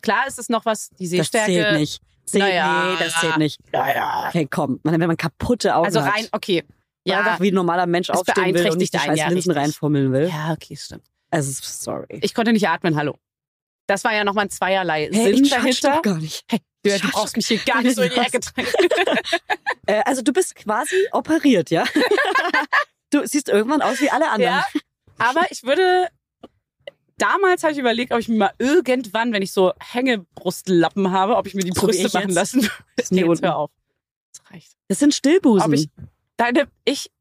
Klar ist es noch was, die das Sehstärke. zählt nicht. Zählt, Naja. Nee, das zählt nicht. Naja. Hey, komm. Man, wenn man kaputte Augen Also hat, rein, okay. weil Ja, einfach wie ein normaler Mensch Es aufstehen will und nicht beeinträchtigt die einen, scheiß ja, Linsen richtig. reinfummeln will. ja, okay, stimmt. Also, sorry. Ich konnte nicht atmen, hallo. Das war ja nochmal ein zweierlei hey, Sinn ich judge dahinter. doch gar nicht. Hey, du, Ich du schaff's brauchst mich hier gar doch nicht so in nicht die Ecke drängen. Äh, also, du bist quasi operiert, ja? du siehst irgendwann aus wie alle anderen. Ja, aber ich würde. Damals habe ich überlegt, ob ich mir mal irgendwann, wenn ich so Hängebrustlappen habe, ob ich mir die So wie Brüste ich machen jetzt. lassen würde. Bis Nee, hier jetzt unten. hör auf. Das reicht. Das sind Stillbusen. Ob ich- Deine, ich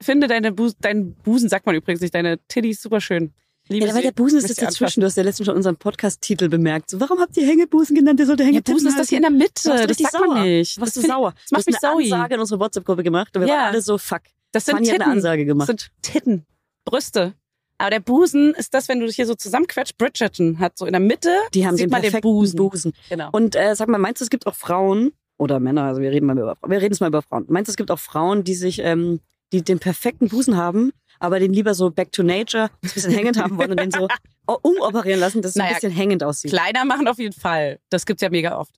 finde deine Busen, deinen Busen, sagt man übrigens nicht, deine Titties super schön. Liebe ja, weil sie. der Busen ist Müsst das ihr dazwischen. Du hast ja letztens schon unseren Podcast-Titel bemerkt. So, warum habt ihr Hängebusen genannt? Der sollte Ja, Hängetippen Busen ist das hier in der Du warst Mitte. Das richtig sagt man sauer. nicht. Warst das du find- sauer? das macht du mich hast eine sauer. Ansage in unsere WhatsApp-Gruppe gemacht und wir Ja. waren alle so, fuck. Das sind Fanny hat Titten. eine Ansage das gemacht. sind Titten, Brüste. Aber der Busen ist das, wenn du dich hier so zusammenquetscht. Bridgerton hat so in der Mitte. Die haben sieht den man den perfekten Busen. Busen. Genau. Und äh, sag mal, meinst du, es gibt auch Frauen oder Männer, also wir reden mal über wir reden jetzt mal über Frauen. Meinst du, es gibt auch Frauen, die sich, ähm, die den perfekten Busen haben, aber den lieber so back to nature, ein bisschen hängend haben wollen und den so o- umoperieren lassen, dass es ein Naja, bisschen hängend aussieht? Kleiner machen auf jeden Fall. Das gibt's ja mega oft.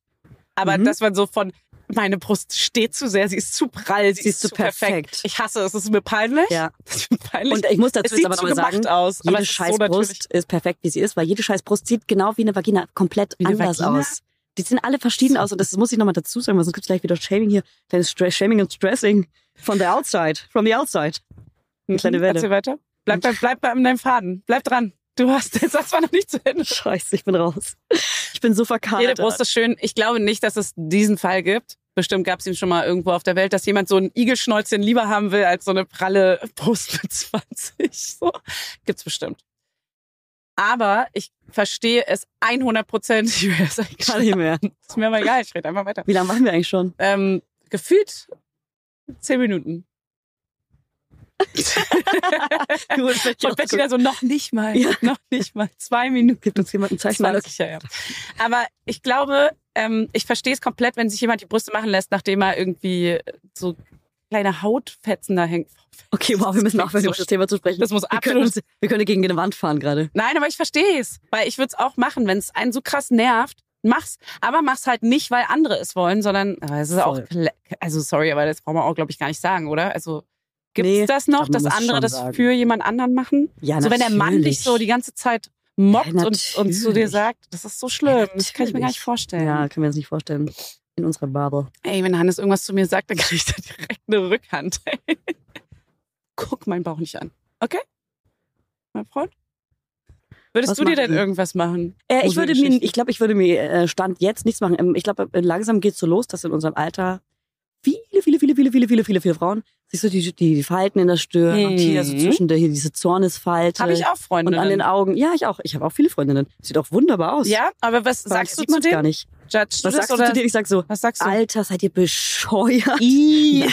Aber Mhm. dass man so von, meine Brust steht zu sehr, sie ist zu prall, sie, Sie ist zu perfekt. Ich hasse es, es ist mir peinlich. Ja. Das ist mir peinlich. Und ich muss es dazu jetzt sieht aber zu nochmal gemacht sagen, aus. aber jede es ist so natürlich. Scheißbrust ist perfekt, wie sie ist, weil jede Scheißbrust sieht genau wie eine Vagina komplett Wie eine anders Vagina? aus. Die sehen alle verschieden aus und das muss ich nochmal dazu sagen, weil sonst gibt's gleich wieder Shaming hier. Kleines Stra- Shaming und Stressing von the outside, from the outside. Eine kleine Welle. Mhm, Erzähl weiter. Bleib, bei, bleib bei deinem Faden. Bleib dran. Du hast, der Satz war noch nicht zu Ende. Scheiße, ich bin raus. Ich bin so verkatert. Jede Brust ist schön. Ich glaube nicht, dass es diesen Fall gibt. Bestimmt gab es ihn schon mal irgendwo auf der Welt, dass jemand so ein Igelschnäuzchen lieber haben will als so eine pralle Brust mit 20. So. Gibt's bestimmt. Aber ich verstehe es 100 Prozent. Ich will das eigentlich Kann nicht mehr. Ist mir mal egal, ich rede einfach weiter. Wie lange machen wir eigentlich schon? Ähm, gefühlt zehn Minuten. Gut, ich Und Bettina so, noch nicht mal, Ja. noch nicht mal, zwei Minuten. Gibt uns jemand ein Zeichen? Alex? Zwanzig, ja, ja. Aber ich glaube, ähm, ich verstehe es komplett, wenn sich jemand die Brüste machen lässt, nachdem er irgendwie äh, so kleine Hautfetzen da hängt. Okay, wow, wir müssen Das aufhören, klingt so über das Thema zu sprechen. Das muss wir können, absolut- uns, wir können gegen eine Wand fahren gerade. Nein, aber ich verstehe es, weil ich würde es auch machen, wenn es einen so krass nervt. Mach's, aber mach's halt nicht, weil andere es wollen, sondern aber es ist auch, Voll. kle- also sorry, aber das brauchen wir auch, glaube ich, gar nicht sagen, oder? Also gibt's Nee, das noch, doch, man dass muss andere schon das sagen. für jemand anderen machen? Ja, so wenn der Mann dich natürlich. so die ganze Zeit mobbt Ja, und, und zu dir natürlich. sagt, das ist so schlimm, das kann ich mir gar Natürlich. nicht vorstellen. Ja, können wir uns nicht vorstellen. In unserer Bubble. Ey, wenn Hannes irgendwas zu mir sagt, dann kriege ich da direkt eine Rückhand. Guck meinen Bauch nicht an. Okay? Mein Freund? Würdest Was du dir machen denn die? irgendwas machen? Äh, ich Gruselige würde mir, Geschichten. ich glaube, ich würde mir äh, Stand jetzt nichts machen. Ähm, Ich glaube, äh, langsam geht's so los, dass in unserem Alter viele, viele, viele, viele, viele, viele, viele, viele Frauen sich so die, die, die Falten in der Stirn und hier so Mhm. zwischen der, hier diese Zornesfalte Habe ich auch Freunde. und an den Augen. Ja, ich auch. Ich habe auch viele Freundinnen. Sieht auch wunderbar aus. Ja, aber was Aber das sagst du sieht zu man's gar denen? nicht. Judge Was sagst du zu denen? Ich sag so, Was sagst du? Alter, seid ihr bescheuert? I.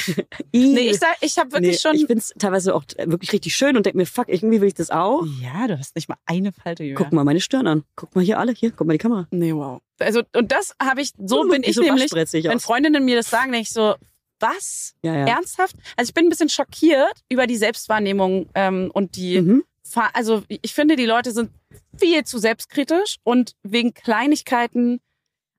Nee, Nee, ich sag, ich habe wirklich schon. Ich find's teilweise auch äh, wirklich richtig schön und denk mir, fuck, irgendwie will ich das auch. ja, du hast nicht mal eine Falte, Julia. Guck mal meine Stirn an. Guck mal hier alle. Hier, guck mal die Kamera. Nee, wow. Also, und das habe ich, so bin ich so nämlich, waschbretzig wenn aus. Freundinnen mir das sagen, denke ich so, was? Ja, ja. Ernsthaft? Also ich bin ein bisschen schockiert über die Selbstwahrnehmung ähm, und die, Mhm. Fa- also ich finde, die Leute sind viel zu selbstkritisch und wegen Kleinigkeiten.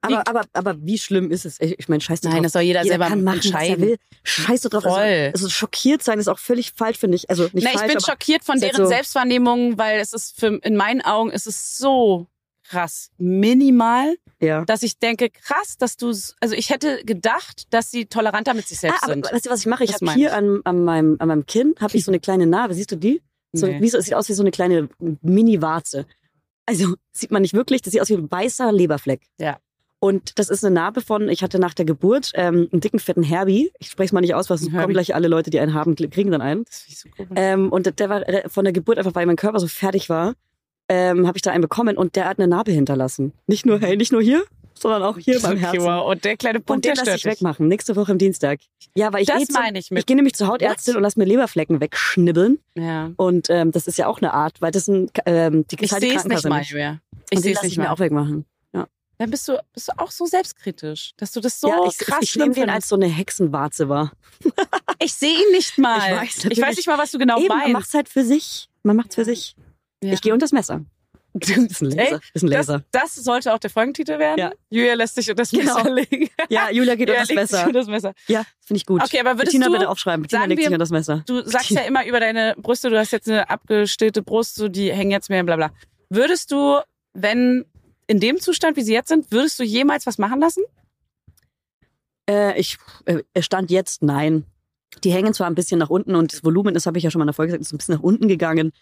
Aber, aber, aber wie schlimm ist es? Ich ich meine, scheiß drauf. soll jeder, kann machen, was er will. Scheiß drauf. Voll. Also, also schockiert sein ist auch völlig falsch, finde ich. Also nicht Na, falsch, ich bin aber schockiert von ist halt deren so- Selbstwahrnehmung, weil es ist für, in meinen Augen ist es so krass minimal, ja. dass ich denke, krass, dass du, s- also ich hätte gedacht, dass sie toleranter mit sich selbst Ah, aber sind. weißt du, was ich mache? Ich Das habe meine hier ich. Hm. an, an, meinem, an meinem Kinn habe ich so eine kleine Narbe. Siehst du die? So, Nee. wie so, es sieht aus wie so eine kleine Mini-Warze. Also sieht man nicht wirklich, das sieht aus wie ein weißer Leberfleck. Ja. Und das ist eine Narbe von, ich hatte nach der Geburt ähm, einen dicken, fetten Herbie. Ich spreche es mal nicht aus, weil sonst Herbie. kommen gleich alle Leute, die einen haben, kl- kriegen dann einen. Das finde ich so komisch. Ähm, und der war re- von der Geburt einfach, weil mein Körper so fertig war, ähm, habe ich da einen bekommen und der hat eine Narbe hinterlassen. Nicht nur, hey, nicht nur hier, sondern auch hier beim Herzen. Okay, wow. Und der kleine Und Punkt, den der lasse stört ich dich. wegmachen, nächste Woche am Dienstag. Ja, weil ich eh Das zum- meine ich ich mit. gehe nämlich zur Hautärztin What? und lasse mir Leberflecken wegschnibbeln. Ja. Und ähm, das ist ja auch eine Art, weil das sind ähm, die Ich zahlt die sehe es nicht Krankenkasse mal, Julia. Ich Und die sehe es lasse ich nicht mir mal. auch wegmachen. Dann bist du, bist du auch so selbstkritisch, dass du das so ja, ich, krass ich nehme schlimm den findest. als so eine Hexenwarze wahr. Ich sehe ihn nicht mal. Ich weiß natürlich. ich weiß nicht mal, was du genau Eben, man meinst. macht's halt für sich. Man macht's für sich. Ja. Ich gehe unter das Messer. Das ist ein Laser. ist ein Das, Laser. das sollte auch der Folgentitel werden. Ja. Julia lässt sich unter das Genau. Messer legen. ja, Julia geht Julia unter das legt sich Messer. unter das Messer. Ja, finde ich gut. Okay, aber würdest Bettina du, bitte aufschreiben. Bettina sagen legt sich wir- unter das Messer. du sagst ja immer über deine Brüste, du hast jetzt eine abgestillte Brust, so die hängen jetzt mehr, bla bla. Würdest du, wenn in dem Zustand, wie sie jetzt sind, würdest du jemals was machen lassen? Äh, ich äh, stand jetzt nein. Die hängen zwar ein bisschen nach unten und das Volumen, das habe ich ja schon mal in der Folge gesagt, ist ein bisschen nach unten gegangen.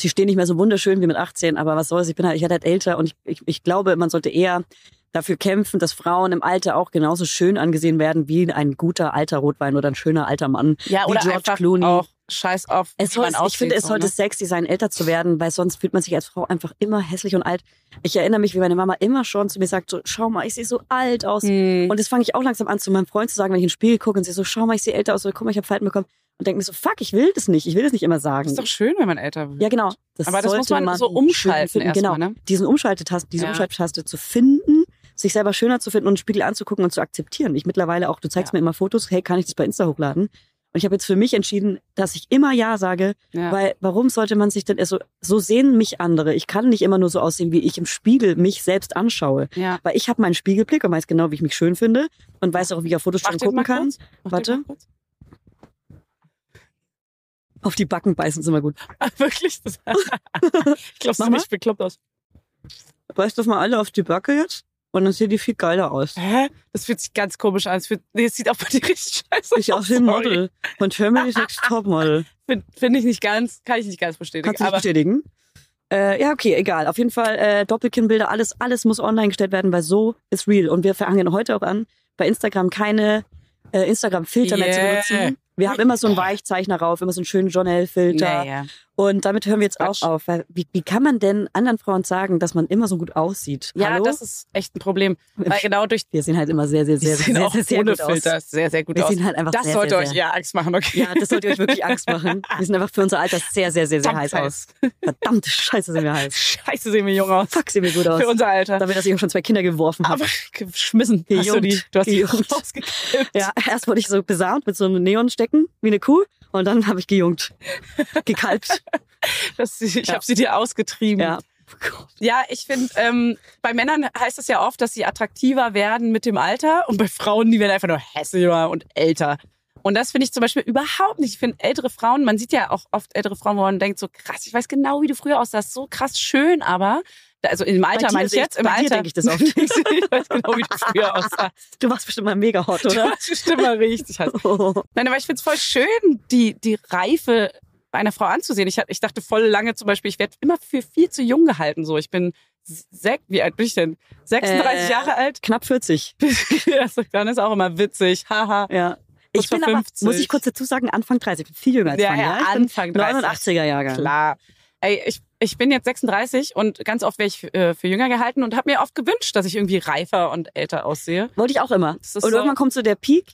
Sie stehen nicht mehr so wunderschön wie mit 18, aber was soll's, ich bin halt, ich werde halt älter und ich, ich, ich glaube, man sollte eher dafür kämpfen, dass Frauen im Alter auch genauso schön angesehen werden wie ein guter alter Rotwein oder ein schöner alter Mann. Ja, Wie oder George einfach Clooney. auch scheiß auf, Es wie soll, man aussieht. ich finde, es so, sollte ne? sexy sein, älter zu werden, weil sonst fühlt man sich als Frau einfach immer hässlich und alt. Ich erinnere mich, wie meine Mama immer schon zu mir sagt, so, schau mal, ich sehe so alt aus. Hm. Und das fange ich auch langsam an, zu meinem Freund zu sagen, wenn ich in den Spiegel gucke und sie so, schau mal, ich sehe älter aus oder guck mal, ich habe Falten bekommen. Und denke mir so, fuck, ich will das nicht, ich will das nicht immer sagen. ist doch schön, wenn man älter wird. ja, genau. Das Aber das muss sollte man so schön umschalten finden. erstmal, Genau, ne? diesen Umschaltetaste, diese Ja. Umschaltetaste zu finden, sich selber schöner zu finden und den Spiegel anzugucken und zu akzeptieren. Ich mittlerweile auch, du zeigst mir immer Fotos, hey, kann ich das bei Insta hochladen? Und ich habe jetzt für mich entschieden, dass ich immer Ja sage, Ja. weil warum sollte man sich denn, also so sehen mich andere. Ich kann nicht immer nur so aussehen, wie ich im Spiegel mich selbst anschaue. ja. Weil ich habe meinen Spiegelblick und weiß genau, wie ich mich schön finde und weiß auch, wie ich auf Fotos Mach schon den gucken mal kann. kurz. Mach den Warte. mal kurz. Auf die Backen beißen ist immer gut. Ah, wirklich? Das ich glaube, Mach mal. ziemlich bekloppt aus. Beißt doch mal alle auf die Backe jetzt und dann sehen die viel geiler aus. Hä? Das fühlt sich ganz komisch an. Das, fühlt, nee, das sieht auch bei dir richtig scheiße Ich auch aus. hier ein Sorry. Model. Von Terminator 6 Topmodel. Finde find ich nicht ganz, kann ich nicht ganz bestätigen. Kannst du nicht aber bestätigen? Äh, ja, okay, egal. Auf jeden Fall äh, Doppelkinnbilder, alles, alles muss online gestellt werden, weil so ist real. Und wir fangen heute auch an, bei Instagram keine äh, Instagram-Filter mehr zu Yeah. benutzen. Wir haben immer so einen Weichzeichner rauf, immer so einen schönen Journal-Filter. Naja. Und damit hören wir jetzt Quatsch. auch auf. Weil wie, wie kann man denn anderen Frauen sagen, dass man immer so gut aussieht? Ja, Hallo? das ist echt ein Problem. Weil genau durch wir sehen halt immer sehr, sehr, die sehr, sehen sehr, auch sehr, sehr ohne gut aus. Filter sehr, sehr gut Wir aus. sehen halt einfach Das sehr, sollte sehr, euch sehr. eher Angst machen, okay? Ja, das sollte euch wirklich Angst machen. Wir sind einfach für unser Alter sehr, sehr, sehr, sehr Verdammt heiß aus. Verdammte Scheiße sind wir heiß. Scheiße, sehen wir jung aus. Fuck, sehen wir gut aus. Für unser Alter. Damit, dass ich auch schon zwei Kinder geworfen habe. Aber geschmissen. Hast du, Gejungt, die, du hast die gejungt. rausgekippt. Ja, erst wurde ich so besahnt mit so einem Neonstecken wie eine Kuh und dann habe ich gejungt. Gekalbt. Das, ich Ja. habe sie dir ausgetrieben. Ja. Oh Ja, ich finde, ähm, bei Männern heißt es ja oft, dass sie attraktiver werden mit dem Alter und bei Frauen, die werden einfach nur hässlicher und älter. Und das finde ich zum Beispiel überhaupt nicht. Ich finde ältere Frauen, man sieht ja auch oft ältere Frauen, wo man denkt, so krass, ich weiß genau, wie du früher aussahst, so krass schön, aber, also im Alter dir meine ich sehe ich- jetzt, im bei dir Alter. denke ich das oft. ich weiß genau, wie du früher aussahst. Du warst bestimmt mal mega hot, oder? Oh, Das stimmt mal richtig. heiß. Nein, aber ich find's voll schön, die, die Reife einer Frau anzusehen. Ich, hab- ich dachte voll lange zum Beispiel, ich werde immer für viel zu jung gehalten. So, ich bin sech, wie alt bin ich denn? 36 Äh. Jahre alt. Knapp 40. Das ist- Dann ist auch immer witzig. Haha. Ja. Kurz Ich bin vor aber, 50. muss ich kurz dazu sagen, Anfang 30. Ich bin viel jünger als Ja, Fanny. Ich ja, bin Anfang 30. 89er Jahre. Klar. Ey, ich, ich bin jetzt 36 und ganz oft werde ich äh, für jünger gehalten und habe mir oft gewünscht, dass ich irgendwie reifer und älter aussehe. Wollte ich auch immer. Und Das ist so- irgendwann kommt so der Peak.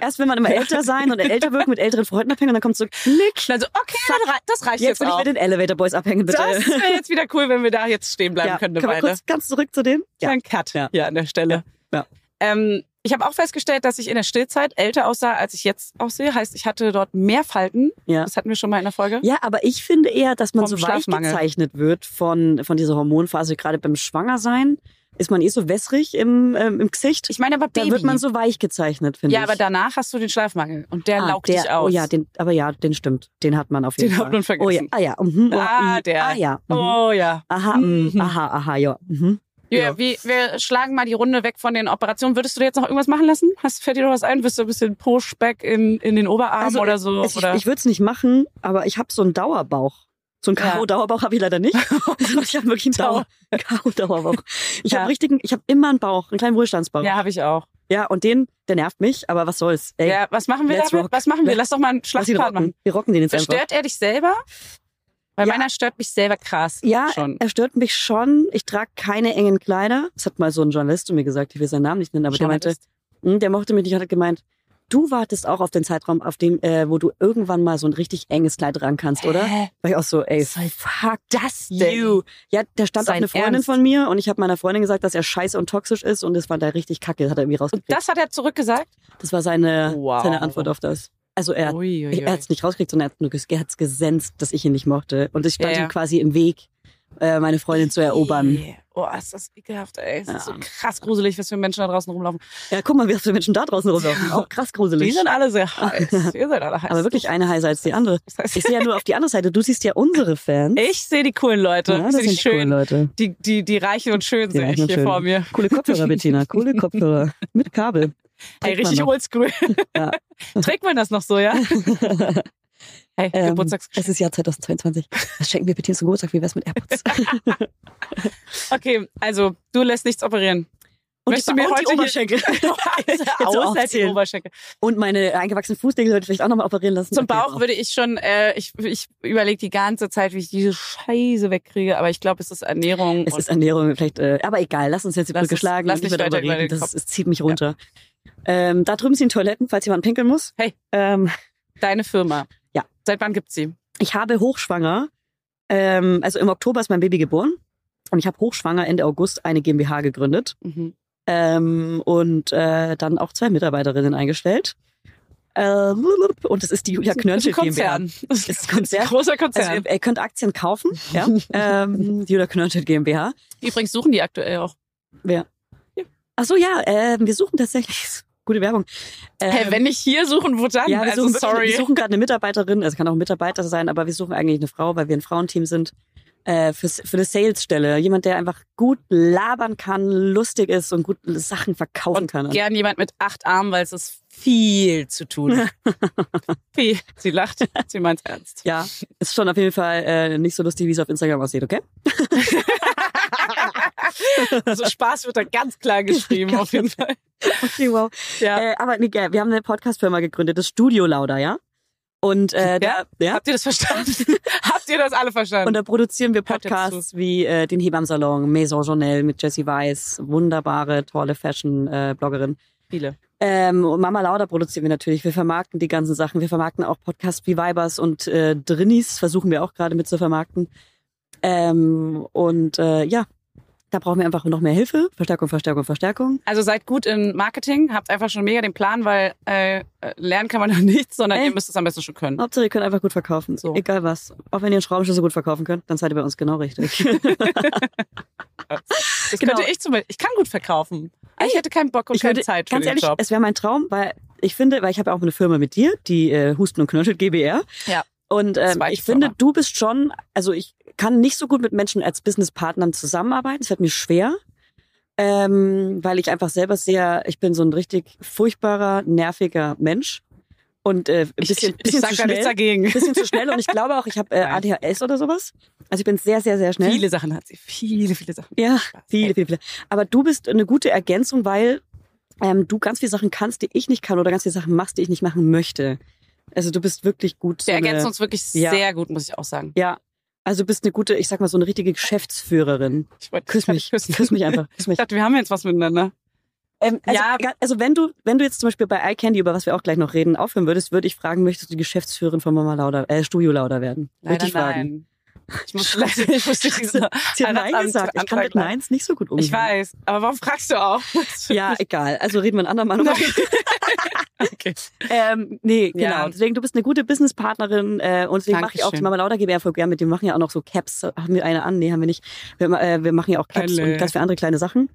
Erst will man immer älter sein und älter wirken, mit älteren Freunden abhängen und dann kommt so, klick, Also, okay, dann rei- das reicht jetzt jetzt, will ich auch. mit den Elevator Boys abhängen, bitte. Das wäre jetzt wieder cool, wenn wir da jetzt stehen bleiben ja, können. Eine können wir Weile. kurz ganz zurück zu dem? ja. kleinen Cut Ja. hier an der Stelle. Ja. Ja. Ähm, ich habe auch festgestellt, dass ich in der Stillzeit älter aussah, als ich jetzt aussehe. Heißt, ich hatte dort mehr Falten. Ja. Das hatten wir schon mal in der Folge. Ja, aber ich finde eher, dass man Vom so weich Schlafmangel. gezeichnet wird von, von dieser Hormonphase. Gerade beim Schwangersein ist man eh so wässrig im, ähm, im Gesicht. Ich meine aber da Baby. wird man so weich gezeichnet, finde ja, ich. aber danach hast du den Schlafmangel und der ah, laugt der, dich aus. Oh ja, den, aber ja, den stimmt. Den hat man auf jeden Den Fall. hat man vergessen. Oh ja, ah ja. Mhm, oh, Ah, mhm, der. Ah ja. Mhm. Oh ja. Aha, Mhm. mhm. aha, aha, ja. Mhm. ja. Ja. wie, wir schlagen mal die Runde weg von den Operationen. Würdest du dir jetzt noch irgendwas machen lassen? Hast, fällt dir noch was ein? Wirst du ein bisschen Pushback in, in den Oberarm Also, oder so? Es, ich Oh, oder? ich würde es nicht machen, aber ich habe so einen Dauerbauch. So einen Ja. Karo-Dauerbauch habe ich leider nicht. sondern ich habe wirklich einen Dauer, Karo-Dauerbauch. Ich Ja. habe richtigen, ich habe immer einen Bauch, einen kleinen Wohlstandsbauch. ja, habe ich auch. Ja, und den, der nervt mich, aber was soll's. Ey, ja, was machen wir let's damit? rock. Was machen wir? Lass doch mal einen lass ihn Schlachtplan machen. rocken. Wir rocken den jetzt einfach. Stört er dich selber? Weil Ja. meiner stört mich selber krass. Ja, schon. er stört mich schon. Ich trage keine engen Kleider. Das hat mal so ein Journalist zu mir gesagt, ich will seinen Namen nicht nennen, aber der meinte, Journalist. hm, der mochte mich nicht und hat gemeint, du wartest auch auf den Zeitraum, auf dem, äh, wo du irgendwann mal so ein richtig enges Kleid ran kannst, oder? Hä? War ich auch so, ey, Soll fuck das denn you. Ja, da stand auch sein eine Freundin Ernst? von mir und ich habe meiner Freundin gesagt, dass er scheiße und toxisch ist und das fand er richtig kacke, hat er irgendwie Und rausgekriegt. das hat er zurückgesagt? das war seine, Wow. seine Antwort auf das. Also er, Ui, ui, Ich- Er ui. hat's nicht rausgekriegt, sondern er hat nur ges- er hat's gesenzt, dass ich ihn nicht mochte. Und ich stand Ja, ja. ihm quasi im Weg, äh, meine Freundin zu erobern. Yeah. Oh, ist das ekelhaft, ey. Es ist so Ja. krass gruselig, was für Menschen da draußen rumlaufen. Ja, guck mal, wie viele Menschen da draußen rumlaufen. Auch krass gruselig. Die sind alle sehr heiß. Ihr seid alle heiß. Aber wirklich eine heißer als die andere. Das heißt, Ich sehe ja nur auf die andere Seite. Du siehst ja unsere Fans. ich sehe die coolen Leute. Ja, ich das sehe sind die die coolen schönen. Leute. Die, die, die reichen und schön Die sehe ich reichen hier und schön. vor mir. Coole Kopfhörer, Bettina. Coole Kopfhörer. Mit Kabel. Ey, Trägt man richtig noch. oldschool. Ja. Trägt man das noch so, ja? Hey, Ähm, Geburtstagsgeschenk. Es ist Jahr 2022. Was schenken wir Bettina zum Geburtstag? Wie wär's mit AirPods? Okay, also, du lässt nichts operieren. Und, Möchtest die, du mir und die heute hier- Oberschenkel. Außer halt die aufzählen. Oberschenkel. und meine eingewachsenen Fußnägel sollte ich vielleicht auch nochmal operieren lassen. Zum Okay, Bauch würde ich schon, äh, ich, ich überlege die ganze Zeit, wie ich diese Scheiße wegkriege, aber ich glaube, es ist Ernährung. Es und ist Ernährung, vielleicht, äh, aber egal, lass uns jetzt die Lass Brücke es- schlagen. lass und nicht nicht mehr weiter darüber über reden, den das, es zieht mich runter. Ähm, da drüben sind Toiletten, falls jemand pinkeln muss. Hey. Ähm, deine Firma. Ja. Seit wann gibt's sie? ich habe hochschwanger, ähm, also im Oktober ist mein Baby geboren und ich habe hochschwanger Ende August eine GmbH gegründet Mhm. ähm, und äh, dann auch zwei Mitarbeiterinnen eingestellt. Ähm, und es ist die Julia Das Knörnschild ist ein GmbH. Konzern. Das Ist ein Konzern. großer Also Konzern. ihr, ihr könnt Aktien kaufen, ja. ähm, die Julia Knörnschild GmbH. Übrigens suchen die aktuell auch. Ach so, ja, ähm, wir suchen tatsächlich. Gute Werbung. hey, Ähm, wenn nicht hier suchen, wo dann? ja, wir also suchen, wirklich- sorry. wir suchen gerade eine Mitarbeiterin, also kann auch ein Mitarbeiter sein, aber wir suchen eigentlich eine Frau, weil wir ein Frauenteam sind, äh, für, für eine Sales-Stelle. Jemand, der einfach gut labern kann, lustig ist und gut Sachen verkaufen kann. Und gern jemand mit acht Armen, weil es ist viel zu tun. Viel. sie lacht, sie meint's ernst. Ja, ist schon auf jeden Fall äh, nicht so lustig, wie es auf Instagram aussieht, okay? Also Spaß wird da ganz klar geschrieben, auf jeden Fall. Okay, wow. Ja. Äh, aber nee, geil, wir haben eine Podcast-Firma gegründet, das Studio Lauda, ja? Und äh, da, ja, Habt ihr das verstanden? Habt ihr das alle verstanden? Und da produzieren wir Hört jetzt Podcasts wie äh, den Hebammsalon, Maison Journal mit Jessie Weiss, wunderbare, tolle äh, Fashion-Bloggerin. viele. ähm, und Mama Lauda produzieren wir natürlich. Wir vermarkten die ganzen Sachen. Wir vermarkten auch Podcasts wie Vibers und äh, Drinnies, versuchen wir auch gerade mit zu vermarkten. Ähm, und äh, ja, da brauchen wir einfach noch mehr Hilfe. Verstärkung, Verstärkung, Verstärkung. Also seid gut in Marketing, habt einfach schon mega den Plan, weil äh, äh, lernen kann man noch nichts, sondern Ey. ihr müsst es am besten schon können. Hauptsache, ihr könnt einfach gut verkaufen. So. Egal was. Auch wenn ihr einen Schraubenschlüssel gut verkaufen könnt, dann seid ihr bei uns genau richtig. Das genau. könnte ich zum Beispiel. Ich kann gut verkaufen. Aber ich hätte keinen Bock und ich keine würde, Zeit für ganz den ehrlich, Job. es wäre mein Traum, weil ich finde, weil ich habe ja auch eine Firma mit dir, die äh, Husten und Knöchel GBR. Ja. Und ähm, Zweite ich finde, Firma. du bist schon, also ich kann nicht so gut mit Menschen als Businesspartnern zusammenarbeiten. Es fällt mir schwer, ähm, weil ich einfach selber sehr, ich bin so ein richtig furchtbarer, nerviger Mensch und äh, ein Ich, bisschen, ich, ich bisschen sag zu da nichts schnell, dagegen. bisschen zu schnell. Und ich glaube auch, ich habe äh, Nein. ADHS oder sowas. Also ich bin sehr, sehr, sehr schnell. Viele Sachen hat sie. Viele, viele Sachen. Ja, Viele, viele, viele. Aber du bist eine gute Ergänzung, weil ähm, du ganz viele Sachen kannst, die ich nicht kann oder ganz viele Sachen machst, die ich nicht machen möchte. Also du bist wirklich gut. Wir so eine- ergänzen uns wirklich Ja. sehr gut, muss ich auch sagen. Ja. Also du bist eine gute, ich sag mal, so eine richtige Geschäftsführerin. Ich wollte Küss mich. Küss mich einfach. Küss Ich mich. dachte, wir haben jetzt was miteinander. Ähm, also, Ja. egal- also wenn du, wenn du jetzt zum Beispiel bei iCandy, über was wir auch gleich noch reden, aufhören würdest, würde ich fragen, möchtest du die Geschäftsführerin von Mama Lauda, äh, Studio Lauda werden? Würde Leider ich fragen. nein. Ich muss leider, ich muss dich Sie diesen hat Nein Heiratsamt- gesagt. Ich kann Antrag mit leiten. Neins nicht so gut umgehen. Ich weiß, aber warum fragst du auch? Ja, egal. Also reden wir ein andermal nochmal okay. Ähm, nee, genau. Ja. Deswegen, du bist eine gute Businesspartnerin äh, und deswegen mache ich auch Dankeschön. die Mama Lauda GbR voll gern mit. Die machen ja auch noch so Caps. Haben wir eine an? Nee, haben wir nicht. Wir, äh, wir machen ja auch Caps Alle. und ganz viele andere kleine Sachen.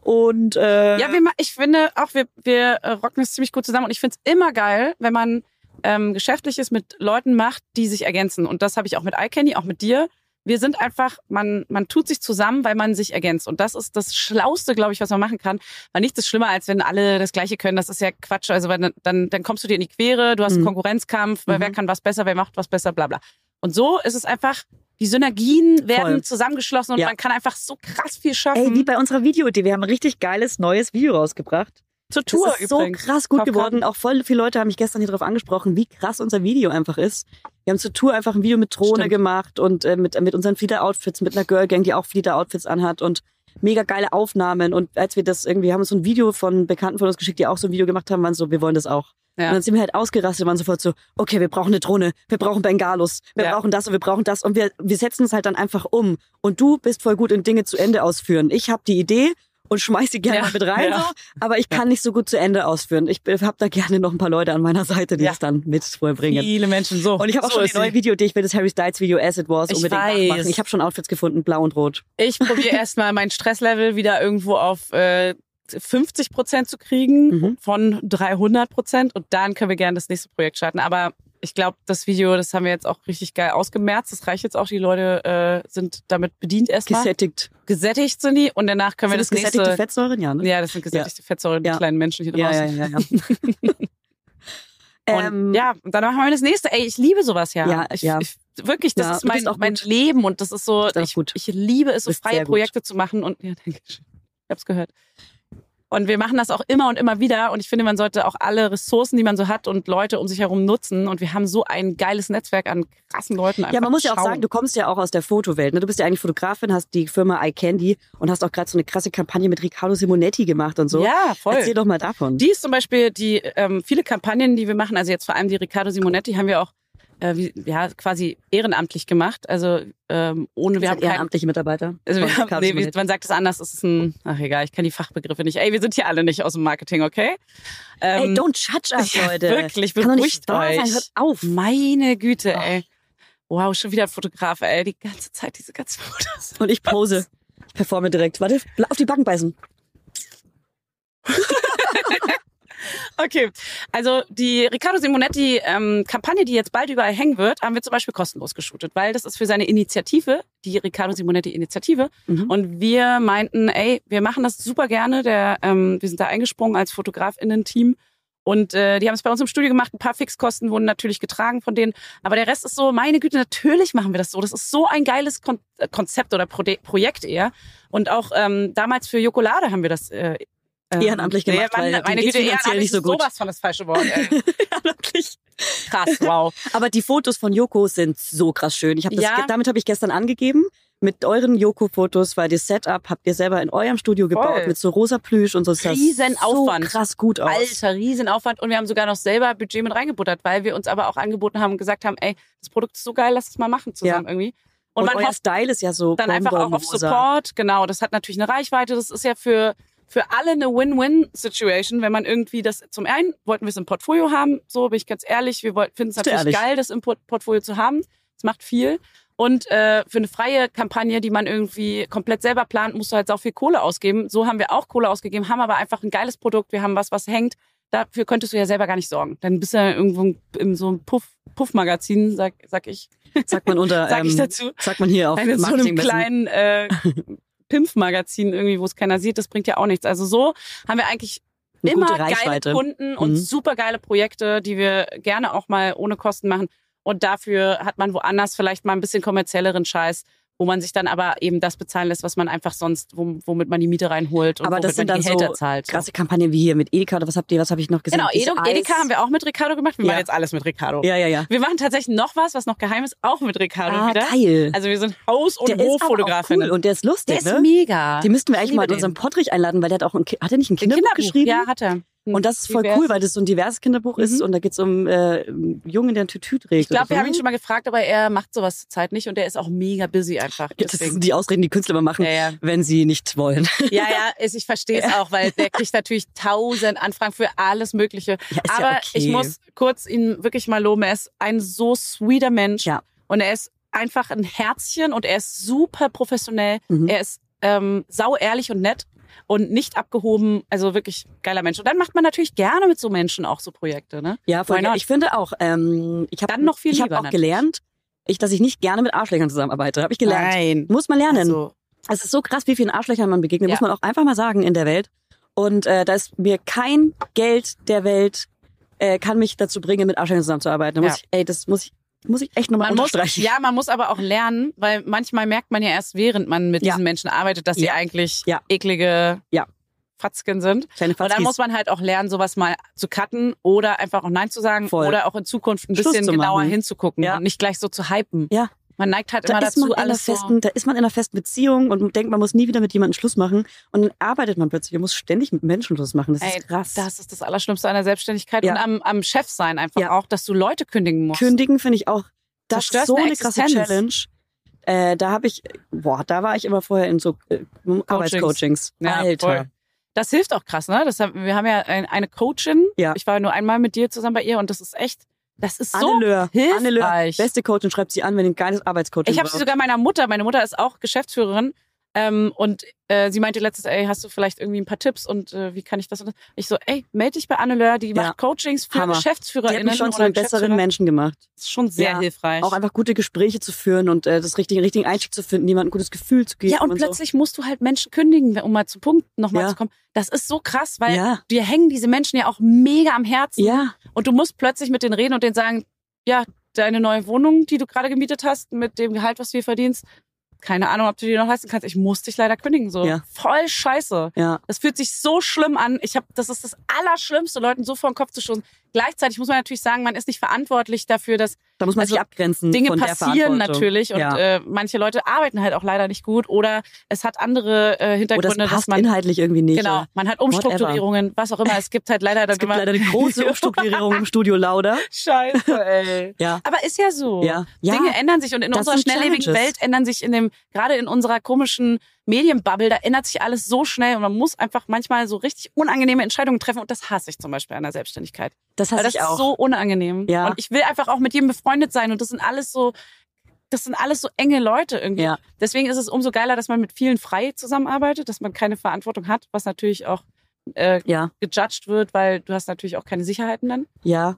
Und äh, Ja, wir, ma- ich finde auch, wir, wir äh, rocken es ziemlich gut zusammen und ich finde es immer geil, wenn man ähm, Geschäftliches mit Leuten macht, die sich ergänzen. Und das habe ich auch mit iCandy, auch mit dir. Wir sind einfach, man, man tut sich zusammen, weil man sich ergänzt. Und das ist das Schlauste, glaube ich, was man machen kann. Weil nichts ist schlimmer, als wenn alle das Gleiche können. Das ist ja Quatsch. Also weil dann, dann, dann kommst du dir in die Quere, du hast einen Mhm. Konkurrenzkampf, weil Mhm. wer kann was besser, wer macht was besser, bla bla. Und so ist es einfach, die Synergien werden Voll. zusammengeschlossen und Ja. man kann einfach so krass viel schaffen. ey, wie bei unserer Videoidee. Wir haben ein richtig geiles neues Video rausgebracht. zur Das Tour ist so übrigens. krass gut Kaufland. geworden. Auch voll viele Leute haben mich gestern hier drauf angesprochen, wie krass unser Video einfach ist. Wir haben zur Tour einfach ein Video mit Drohne Stimmt. gemacht und äh, mit, mit unseren Flieder-Outfits, mit einer Girl-Gang, die auch Flieder-Outfits anhat und mega geile Aufnahmen. Und als wir das irgendwie, haben uns so ein Video von Bekannten von uns geschickt, die auch so ein Video gemacht haben, waren so, wir wollen das auch. Ja. Und dann sind wir halt ausgerastet, waren sofort so, okay, wir brauchen eine Drohne, wir brauchen Bengalos, wir Ja. brauchen das und wir brauchen das und wir, wir setzen es halt dann einfach um. Und du bist voll gut in Dinge zu Ende ausführen. Ich habe die Idee und schmeiß sie gerne Ja. mal mit rein. Ja. So aber ich kann nicht so gut zu Ende ausführen. Ich habe da gerne noch ein paar Leute an meiner Seite, die Ja. es dann mit vollbringen. Viele Menschen so. Und ich habe auch so schon ist die neue sie. Videoidee. Ich will das Harry Styles Video As It Was Ich unbedingt weiß. nachmachen. Ich habe schon Outfits gefunden, blau und rot. Ich probiere erstmal mein Stresslevel wieder irgendwo auf äh, 50 Prozent zu kriegen Mhm. von 300 Prozent und dann können wir gerne das nächste Projekt starten. Aber ich glaube, das Video, das haben wir jetzt auch richtig geil ausgemerzt. Das reicht jetzt auch. Die Leute äh, sind damit bedient erstmal. Gesättigt. gesättigt sind die und danach können wir Sind das, das gesättigte nächste. Fettsäuren? Ja, ne? Ja, das sind gesättigte Fettsäuren, die Ja. kleinen Menschen hier ja, ja, ja. draußen. Ähm, ja. Und, ja, und dann machen wir das nächste. Ey, ich liebe sowas, ja. Ja, ich, ja. Ich, wirklich, das Ja, ist du mein, bist auch mein gut. Leben und das ist so, Bist auch ich, gut. ich liebe es, so Bist freie sehr gut. Projekte zu machen und, ja, danke schön. Ich hab's gehört. Und wir machen das auch immer und immer wieder und ich finde, man sollte auch alle Ressourcen, die man so hat und Leute um sich herum nutzen und wir haben so ein geiles Netzwerk an krassen Leuten einfach Ja, man muss ja auch schauen. sagen, du kommst ja auch aus der Fotowelt. Ne? Du bist ja eigentlich Fotografin, hast die Firma iCandy und hast auch gerade so eine krasse Kampagne mit Riccardo Simonetti gemacht und so. Ja, voll. Erzähl doch mal davon. Die ist zum Beispiel die ähm, viele Kampagnen, die wir machen, also jetzt vor allem die Riccardo Simonetti, haben wir auch äh, wie, ja, quasi ehrenamtlich gemacht. Also ähm, ohne wir Das haben sind kein, ehrenamtliche Mitarbeiter. also wir von haben, Riccardo nee, wie, Simonetti. man sagt es anders, es ist ein ach egal, ich kann die Fachbegriffe nicht. Ey, wir sind hier alle nicht aus dem Marketing, okay? Ey, Ähm, don't judge us, ja, Leute. wirklich, Kann doch beruhigt nicht wahr sein. euch. Hört auf. meine Güte, Ach. ey. Wow, schon wieder ein Fotograf, ey, die ganze Zeit diese ganzen Fotos. Und ich pose. Ich performe direkt. Warte, auf die Backen beißen. Okay, also die Riccardo Simonetti ähm, Kampagne, die jetzt bald überall hängen wird, haben wir zum Beispiel kostenlos geshootet, weil das ist für seine Initiative, die Riccardo Simonetti Initiative. Mhm. Und wir meinten, ey, wir machen das super gerne. Der, ähm, wir sind da eingesprungen als Fotografinnen-Team. Und äh, die haben es bei uns im Studio gemacht. Ein paar Fixkosten wurden natürlich getragen von denen. Aber der Rest ist so, meine Güte, natürlich machen wir das so. Das ist so ein geiles Kon äh, Konzept oder Prode- Projekt eher. Und auch ähm, damals für Jokolade haben wir das äh, ähm, Ehrenamtlich gemacht, weil denen meine geht's Güte, finanziell ehrenamtlich nicht so ist gut. sowas von das falsche Wort. Ey. Wirklich. Krass, wow. Aber die Fotos von Joko sind so krass schön. Ich hab das, Ja. ge- Damit habe ich gestern angegeben. Mit euren Joko-Fotos, weil das Setup habt ihr selber in eurem Studio gebaut Voll. mit so rosa Plüsch und so. Es sah Riesen Aufwand. So krass gut aus. Alter, Riesenaufwand. Und wir haben sogar noch selber Budget mit reingebuttert, weil wir uns aber auch angeboten haben und gesagt haben, ey, das Produkt ist so geil, lass es mal machen zusammen irgendwie. Und, Und, man euer hofft Style ist ja so dann einfach auch auf bonbonrosa. Support. Genau, das hat natürlich eine Reichweite. Das ist ja für, für alle eine Win-Win-Situation, wenn man irgendwie das, zum einen wollten wir es im Portfolio haben, so bin ich ganz ehrlich, wir wollten- finden es Bist du natürlich ehrlich? geil, das im Port Portfolio zu haben. Das macht viel. Und äh, für eine freie Kampagne, die man irgendwie komplett selber plant, musst du halt auch viel Kohle ausgeben. So haben wir auch Kohle ausgegeben, haben aber einfach ein geiles Produkt, wir haben was, was hängt. Dafür könntest du ja selber gar nicht sorgen. Dann bist du ja irgendwo in so einem Puff- Puff-Magazin, sag, sag ich, Sagt man unter, sag ich ähm, dazu. sagt man hier auf Eine, so einem Marketingmessen. kleinen äh, Pimpf-Magazin irgendwie, wo es keiner sieht, das bringt ja auch nichts. Also so haben wir eigentlich Eine immer gute geile Reichweite. Kunden und Mhm. super geile Projekte, die wir gerne auch mal ohne Kosten machen. Und dafür hat man woanders vielleicht mal ein bisschen kommerzielleren Scheiß, wo man sich dann aber eben das bezahlen lässt, was man einfach sonst, wo- womit man die Miete reinholt und Aber womit das sind man dann die Gehälter so zahlt. So. Krasse Kampagnen wie hier mit Edeka oder was habt ihr, was habe ich noch gesehen? Genau, Dieses Edo- Eis. Edeka haben wir auch mit Ricardo gemacht. Wir Ja. machen jetzt alles mit Ricardo. Ja, ja, ja. Wir machen tatsächlich noch was, was noch geheim ist, auch mit Ricardo Ah, wieder. geil. Also wir sind Haus- und der ist aber auch Hoffotografin. cool und der ist lustig, Der ist ne? mega. Die müssten wir eigentlich liebe mal in den. unserem Podrich einladen, weil der hat auch ein, Ki- hat er nicht ein Kinderbuch, geschrieben? Ja, hat er. Und das ist voll Divers. Mhm. cool, weil das so ein diverses Kinderbuch ist und da geht's um äh, einen Jungen, der ein Tütü trägt. Ich glaube, oder wir so. haben ihn schon mal gefragt, aber er macht sowas zurzeit nicht und er ist auch mega busy einfach. Das sind Deswegen. die Ausreden, die Künstler immer machen, Ja, ja. wenn sie nicht wollen. ja, ja, ist- ich verstehe es auch, weil der kriegt natürlich tausend Anfragen für alles Mögliche. Ja, ist ja aber okay. ich muss kurz ihn wirklich mal loben. Er ist ein so sweeter Mensch Ja. und er ist einfach ein Herzchen und er ist super professionell. Mhm. Er ist ähm, sau ehrlich und nett und nicht abgehoben. Also wirklich geiler Mensch. Und dann macht man natürlich gerne mit so Menschen auch so Projekte, ne? Ja, voll, Why gerne. not? ich finde auch. Ähm, ich habe Dann noch viel Ich habe lieber auch natürlich. gelernt, ich, dass ich nicht gerne mit Arschlöchern zusammenarbeite. Habe ich gelernt. Nein. Muss man lernen. Also, Es ist so krass, wie vielen Arschlöchern man begegnet, Ja. muss man auch einfach mal sagen in der Welt. Und äh, da ist mir kein Geld der Welt äh, kann mich dazu bringen, mit Arschlöchern zusammenzuarbeiten. Da muss Ja. ich, ey, das muss ich, muss ich echt nochmal man muss, unterstreichen. ja, man muss aber auch lernen, weil manchmal merkt man ja erst, während man mit Ja. diesen Menschen arbeitet, dass sie Ja. eigentlich Ja. eklige Ja. Fatzken sind. Kleine Und dann Fatzkis. muss man halt auch lernen, sowas mal zu cutten oder einfach auch Nein zu sagen Voll. oder auch in Zukunft ein Schluss bisschen zu machen. genauer hinzugucken Ja. und nicht gleich so zu hypen. Ja. Man neigt halt da immer ist dazu, man in einer alles so. festen, da ist man in einer festen Beziehung und denkt, man muss nie wieder mit jemandem Schluss machen. Und dann arbeitet man plötzlich und muss ständig mit Menschen Schluss machen. Das Ey, ist krass. Das ist das Allerschlimmste an der Selbstständigkeit Ja. und am, am Chef sein einfach Ja. auch, dass du Leute kündigen musst. Kündigen finde ich auch. Das ist Zerstörst so eine eine krasse Existenz. Challenge. Äh, da habe ich, boah, da war ich immer vorher in so äh, Arbeitscoachings. Ja, Alter. voll. Das hilft auch krass, ne? Das haben, wir haben ja ein, eine Coachin. Ja. Ich war nur einmal mit dir zusammen bei ihr und das ist echt, das ist so. Anne Löhr, hilfreich. Anne Löhr, beste Coachin, schreibt sie an, wenn ihr ein geiles Arbeitscoaching ich habe sie braucht. sogar meiner Mutter, meine Mutter ist auch Geschäftsführerin ähm, und äh, sie meinte letztens, ey, hast du vielleicht irgendwie ein paar Tipps und äh, wie kann ich das und das? Ich so, ey, melde dich bei Anne Löhr, die macht Coachings für Hammer. Die hat GeschäftsführerInnen. mich schon zu oder einem besseren Geschäftsführer. Menschen gemacht. Das ist schon sehr Ja, hilfreich. Auch einfach gute Gespräche zu führen und äh, das richtige, richtigen Einstieg zu finden, jemandem ein gutes Gefühl zu geben. ja, und, so. plötzlich musst du halt Menschen kündigen, um mal zu Punkt nochmal Ja. zu kommen. Das ist so krass, weil Ja. dir hängen diese Menschen ja auch mega am Herzen. Ja, Und du musst plötzlich mit denen reden und denen sagen, ja, deine neue Wohnung, die du gerade gemietet hast, mit dem Gehalt, was du hier verdienst, keine Ahnung, ob du die noch leisten kannst. Ich muss dich leider kündigen. So Ja. voll scheiße. ja. Das fühlt sich so schlimm an. Ich habe, das ist das Allerschlimmste, Leuten so vor den Kopf zu stoßen. Gleichzeitig muss man natürlich sagen, man ist nicht verantwortlich dafür, dass Da muss man Also, sich abgrenzen Dinge von der passieren Verantwortung. natürlich und ja. äh, manche Leute arbeiten halt auch leider nicht gut oder es hat andere äh, Oder Hintergründe, es Oh, passt dass man inhaltlich irgendwie nicht. genau, oder- man hat Umstrukturierungen, was auch immer. Es gibt halt leider dann Es gibt immer leider eine große Umstrukturierung im Studio Lauder. Scheiße, ey. Ja. Aber ist ja so. Ja. Ja. Oh. Dinge ändern sich und in Das unserer sind schnelllebigen Challenges. Welt ändern sich in dem, gerade in unserer komischen Medienbubble, da ändert sich alles so schnell und man muss einfach manchmal so richtig unangenehme Entscheidungen treffen und das hasse ich zum Beispiel an der Selbstständigkeit. Das hasse Weil das ich auch. ist so unangenehm. Ja. Und ich will einfach auch mit jedem befreundet sein und das sind alles so, das sind alles so enge Leute irgendwie. Ja. Deswegen ist es umso geiler, dass man mit vielen frei zusammenarbeitet, dass man keine Verantwortung hat, was natürlich auch äh, ja, gejudged wird, weil du hast natürlich auch keine Sicherheiten dann. ja.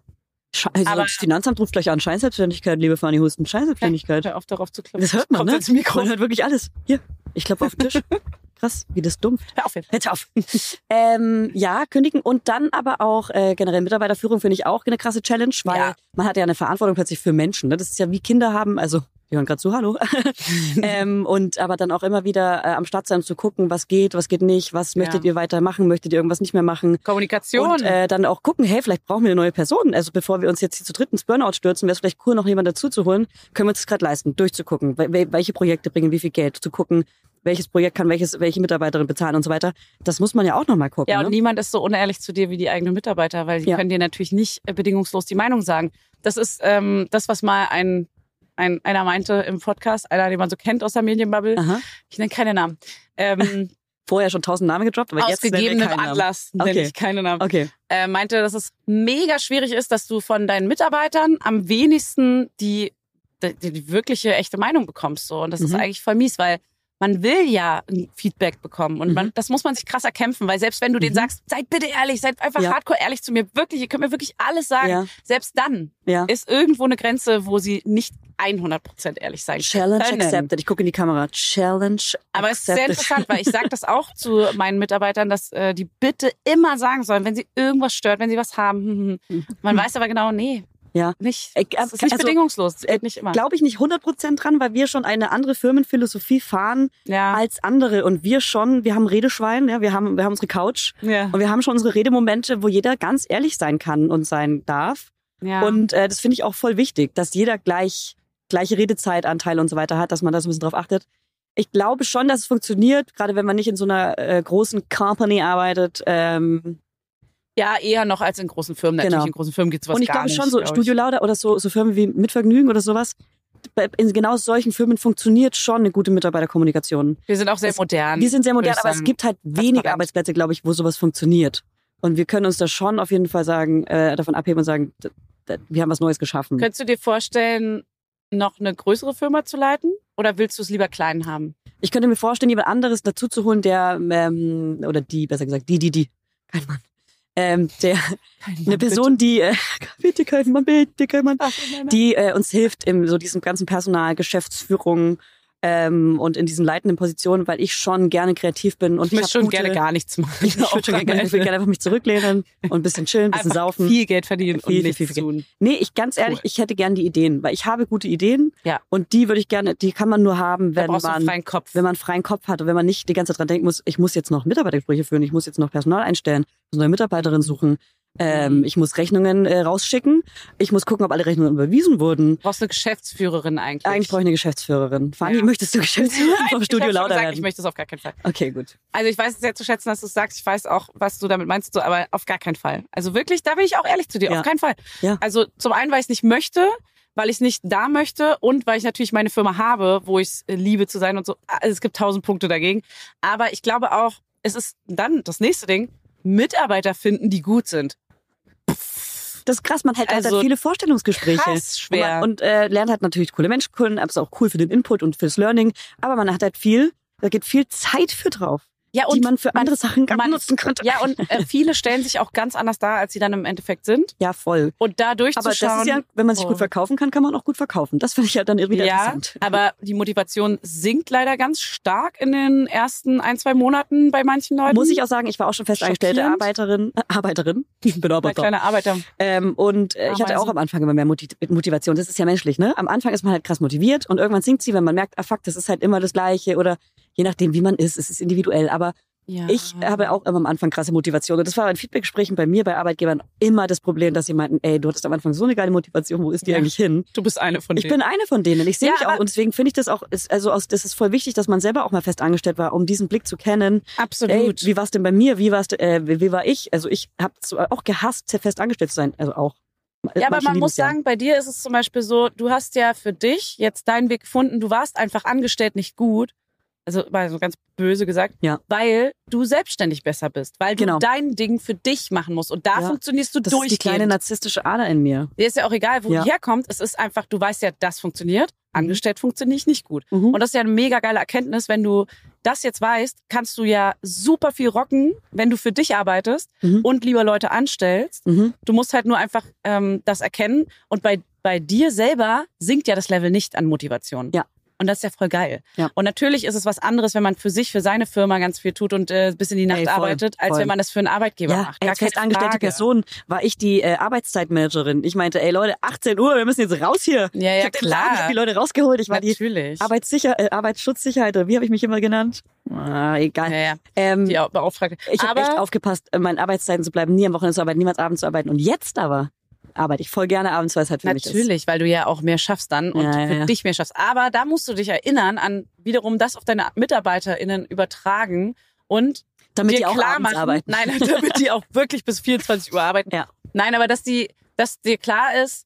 Sche also Aber- das Finanzamt ruft gleich an. Scheinselbstständigkeit, liebe Fanny Husten. Scheinselbstständigkeit. Hör auf, darauf zu klicken. Das hört man, Kommt ne? ins Mikro. Man hört wirklich alles. Hier, ich klopfe auf den Tisch. Krass, wie das dumpft. Hör auf jetzt. Hör auf. ähm, ja, kündigen und dann aber auch äh, generell Mitarbeiterführung finde ich auch eine krasse Challenge, weil Ja. man hat ja eine Verantwortung plötzlich für Menschen. Ne? Das ist ja wie Kinder haben, also wir hören gerade zu, hallo. ähm, und aber dann auch immer wieder äh, am Start sein, zu gucken, was geht, was geht nicht, was möchtet ihr weitermachen, möchtet ihr irgendwas nicht mehr machen. Kommunikation. Und äh, dann auch gucken, hey, vielleicht brauchen wir eine neue Person. Also bevor wir uns jetzt hier zu dritt ins Burnout stürzen, wäre es vielleicht cool, noch jemanden dazu zu holen. Können wir uns das gerade leisten, durchzugucken, wel- wel- welche Projekte bringen wie viel Geld, zu gucken, welches Projekt kann welches, welche Mitarbeiterin bezahlen und so weiter. Das muss man ja auch nochmal gucken. ja, und ne? niemand ist so unehrlich zu dir wie die eigenen Mitarbeiter, weil die Ja. können dir natürlich nicht äh, bedingungslos die Meinung sagen. Das ist ähm, das, was mal ein, ein einer meinte im Podcast, einer, den man so kennt aus der Medienbubble. Aha. Ich nenne keine Namen. Ähm, Vorher schon tausend Namen gedroppt, aber aus jetzt nennen wir gegebenem keinen Namen. Anlass nenne Okay. ich keine Namen. Okay. äh, meinte, dass es mega schwierig ist, dass du von deinen Mitarbeitern am wenigsten die, die, die wirkliche, echte Meinung bekommst. So. Und das ist Mhm. eigentlich voll mies, weil man will ja ein Feedback bekommen und man, Mhm. das muss man sich krass erkämpfen, weil selbst wenn du denen Mhm. sagst, seid bitte ehrlich, seid einfach Ja. hardcore ehrlich zu mir, wirklich, ihr könnt mir wirklich alles sagen, Ja. selbst dann Ja. ist irgendwo eine Grenze, wo sie nicht 100% ehrlich sein Challenge können. accepted. Ich gucke in die Kamera. Challenge Aber es ist sehr accepted. interessant, weil ich sage das auch zu meinen Mitarbeitern, dass äh, die bitte immer sagen sollen, wenn sie irgendwas stört, wenn sie was haben. hm, hm, hm. Man weiß aber genau, nee, Mhm. Ja. nicht. Äh, Es ist nicht also, bedingungslos, es äh, geht nicht immer. Glaube ich nicht 100% dran, weil wir schon eine andere Firmenphilosophie fahren ja. als andere. Und wir schon, wir haben Redeschwein, ja, wir, haben, wir haben unsere Couch Ja. und wir haben schon unsere Redemomente, wo jeder ganz ehrlich sein kann und sein darf. ja. Und äh, das finde ich auch voll wichtig, dass jeder gleich gleiche Redezeitanteile und so weiter hat, dass man da so ein bisschen drauf achtet. Ich glaube schon, dass es funktioniert, gerade wenn man nicht in so einer äh, großen Company arbeitet. Ähm, ja, eher noch als in großen Firmen. Natürlich Genau. in großen Firmen gibt es was und ich gar glaube nicht, schon, so glaub ich. Studio Lauda oder so, so Firmen wie Mitvergnügen oder sowas, bei- in genau solchen Firmen funktioniert schon eine gute Mitarbeiterkommunikation. Wir sind auch sehr Es- modern. Wir sind sehr modern, würde ich aber es sagen, gibt halt wenig transparent. Arbeitsplätze, glaube ich, wo sowas funktioniert. Und wir können uns da schon auf jeden Fall sagen, äh, davon abheben und sagen, d- d- wir haben was Neues geschaffen. Könntest du dir vorstellen, noch eine größere Firma zu leiten? Oder willst du es lieber klein haben? Ich könnte mir vorstellen, jemand anderes dazu zu holen, der, ähm, oder die, besser gesagt, die, die, die, kein Mann, ähm, der, eine Person, die, äh, bitte kein Mann, bitte kein Mann, die äh, uns hilft in so diesem ganzen Personal, Geschäftsführung ähm, und in diesen leitenden Positionen, weil ich schon gerne kreativ bin und ich möchte hab schon gute, gerne gar nichts machen. ich würde schon gerne, ich würde gerne einfach mich zurücklehnen und ein bisschen chillen, ein bisschen Einfach saufen. viel Geld verdienen Viel, und viel, nichts viel Geld. tun. Nee, ich ganz ehrlich, ich hätte gerne die Ideen, weil ich habe gute Ideen Ja. und die würde ich gerne, die kann man nur haben, Da wenn brauchst du einen man freien Kopf. wenn man freien Kopf hat und wenn man nicht die ganze Zeit dran denken muss, ich muss jetzt noch Mitarbeitergespräche führen, ich muss jetzt noch Personal einstellen, ich muss neue Mitarbeiterin suchen, Mhm. ähm, ich muss Rechnungen äh, rausschicken, ich muss gucken, ob alle Rechnungen überwiesen wurden. Du brauchst eine Geschäftsführerin eigentlich. Eigentlich brauche ich eine Geschäftsführerin. Fanny, Ja. möchtest du Geschäftsführerin vom Studio Ich hab schon Lauder gesagt, Ich werden? möchte es auf gar keinen Fall. Okay, gut. Also ich weiß es sehr zu schätzen, dass du es sagst. Ich weiß auch, was du damit meinst, so, aber auf gar keinen Fall. Also wirklich, da bin ich auch ehrlich zu dir. Ja. Auf keinen Fall. Ja. Also zum einen, weil ich es nicht möchte, weil ich es nicht da möchte und weil ich natürlich meine Firma habe, wo ich es äh, liebe zu sein und so. Also es gibt tausend Punkte dagegen. Aber ich glaube auch, es ist dann das nächste Ding, Mitarbeiter finden, die gut sind. Das ist krass, man hält Also, also, halt viele Vorstellungsgespräche. krass Und, schwer. man, und äh, lernt halt natürlich coole Menschen kennen, aber ist auch cool für den Input und fürs Learning. Aber man hat halt viel, da geht viel Zeit für drauf, Ja, die man für man- andere Sachen gar man- nutzen könnte. ja, und äh, viele stellen sich auch ganz anders dar, als sie dann im Endeffekt sind. ja, voll. Und da Aber das durchzuschauen. ist ja, wenn man sich Oh. gut verkaufen kann, kann man auch gut verkaufen. Das finde ich ja dann irgendwie Ja, interessant. aber die Motivation sinkt leider ganz stark in den ersten ein, zwei Monaten bei manchen Leuten. Muss ich auch sagen, ich war auch schon festangestellte Schockierend. Arbeiterin, äh, Arbeiterin, ich bin Bei Arbeiter. kleiner Arbeiter. Ähm, und äh, ich Ameisen. hatte auch am Anfang immer mehr Moti mit Motivation. Das ist ja menschlich, ne? Am Anfang ist man halt krass motiviert und irgendwann sinkt sie, wenn man merkt, ah fuck, das ist halt immer das Gleiche oder je nachdem, wie man ist, es ist individuell. Aber Ja. ich habe auch immer am Anfang krasse Motivation. Und das war in Feedbackgesprächen bei mir, bei Arbeitgebern immer das Problem, dass sie meinten, ey, du hattest am Anfang so eine geile Motivation, wo ist die Ja. eigentlich hin? Du bist eine von Ich bin eine von denen. Ich sehe Ja, mich aber- auch. Und deswegen finde ich das auch, ist, also aus, das ist voll wichtig, dass man selber auch mal fest angestellt war, um diesen Blick zu kennen. Ey, absolut. wie war es denn bei mir? Wie, war's, äh, wie, wie war ich? Also ich habe auch gehasst, sehr fest angestellt zu sein. Also auch. ja, aber Manche man lieben muss es ja. sagen, bei dir ist es zum Beispiel so, du hast ja für dich jetzt deinen Weg gefunden, du warst einfach angestellt nicht gut. Also mal so ganz böse gesagt, Ja. weil du selbstständig besser bist, weil du Genau. dein Ding für dich machen musst und da Ja. funktionierst du das ist durchgehend. die kleine narzisstische Ader in mir. Dir ist ja auch egal, wo Ja. die herkommt. Es ist einfach, du weißt ja, das funktioniert. Angestellt funktioniere ich nicht gut. Mhm. Und das ist ja eine mega geile Erkenntnis. Wenn du das jetzt weißt, kannst du ja super viel rocken, wenn du für dich arbeitest Mhm. und lieber Leute anstellst. Mhm. Du musst halt nur einfach ähm, das erkennen. Und bei, bei dir selber sinkt ja das Level nicht an Motivation. Ja. Und Und das ist ja voll geil. Ja. Und natürlich ist es was anderes, wenn man für sich, für seine Firma ganz viel tut und äh, bis in die Nacht Ey, voll, arbeitet, als voll. wenn man das für einen Arbeitgeber Ja, macht. Gar als keine festangestellte Frage. Person war ich die äh, Arbeitszeitmanagerin. Ich meinte, ey Leute, 18 Uhr, wir müssen jetzt raus hier. Ja, ich ja, hab den Laden, ich hab klar. die Leute rausgeholt. Ich war die Natürlich. Arbeitssicher äh, Arbeitsschutzsicherheit, oder wie habe ich mich immer genannt? Ah, egal. ja, ja, ähm, die Au- Beauftragte. Ich habe Aber echt aufgepasst, in meinen Arbeitszeiten zu bleiben, nie am Wochenende zu arbeiten, niemals abends zu arbeiten. Und jetzt aber arbeite ich voll gerne abends, weil es halt für mich ist. Natürlich, weil du ja auch mehr schaffst dann und Ja, ja, für ja. dich mehr schaffst. Aber da musst du dich erinnern an wiederum das auf deine MitarbeiterInnen übertragen und Damit dir die auch klar abends machen, arbeiten. nein, damit die auch wirklich bis 24 Uhr arbeiten. Ja. Nein, aber dass die, dass dir klar ist,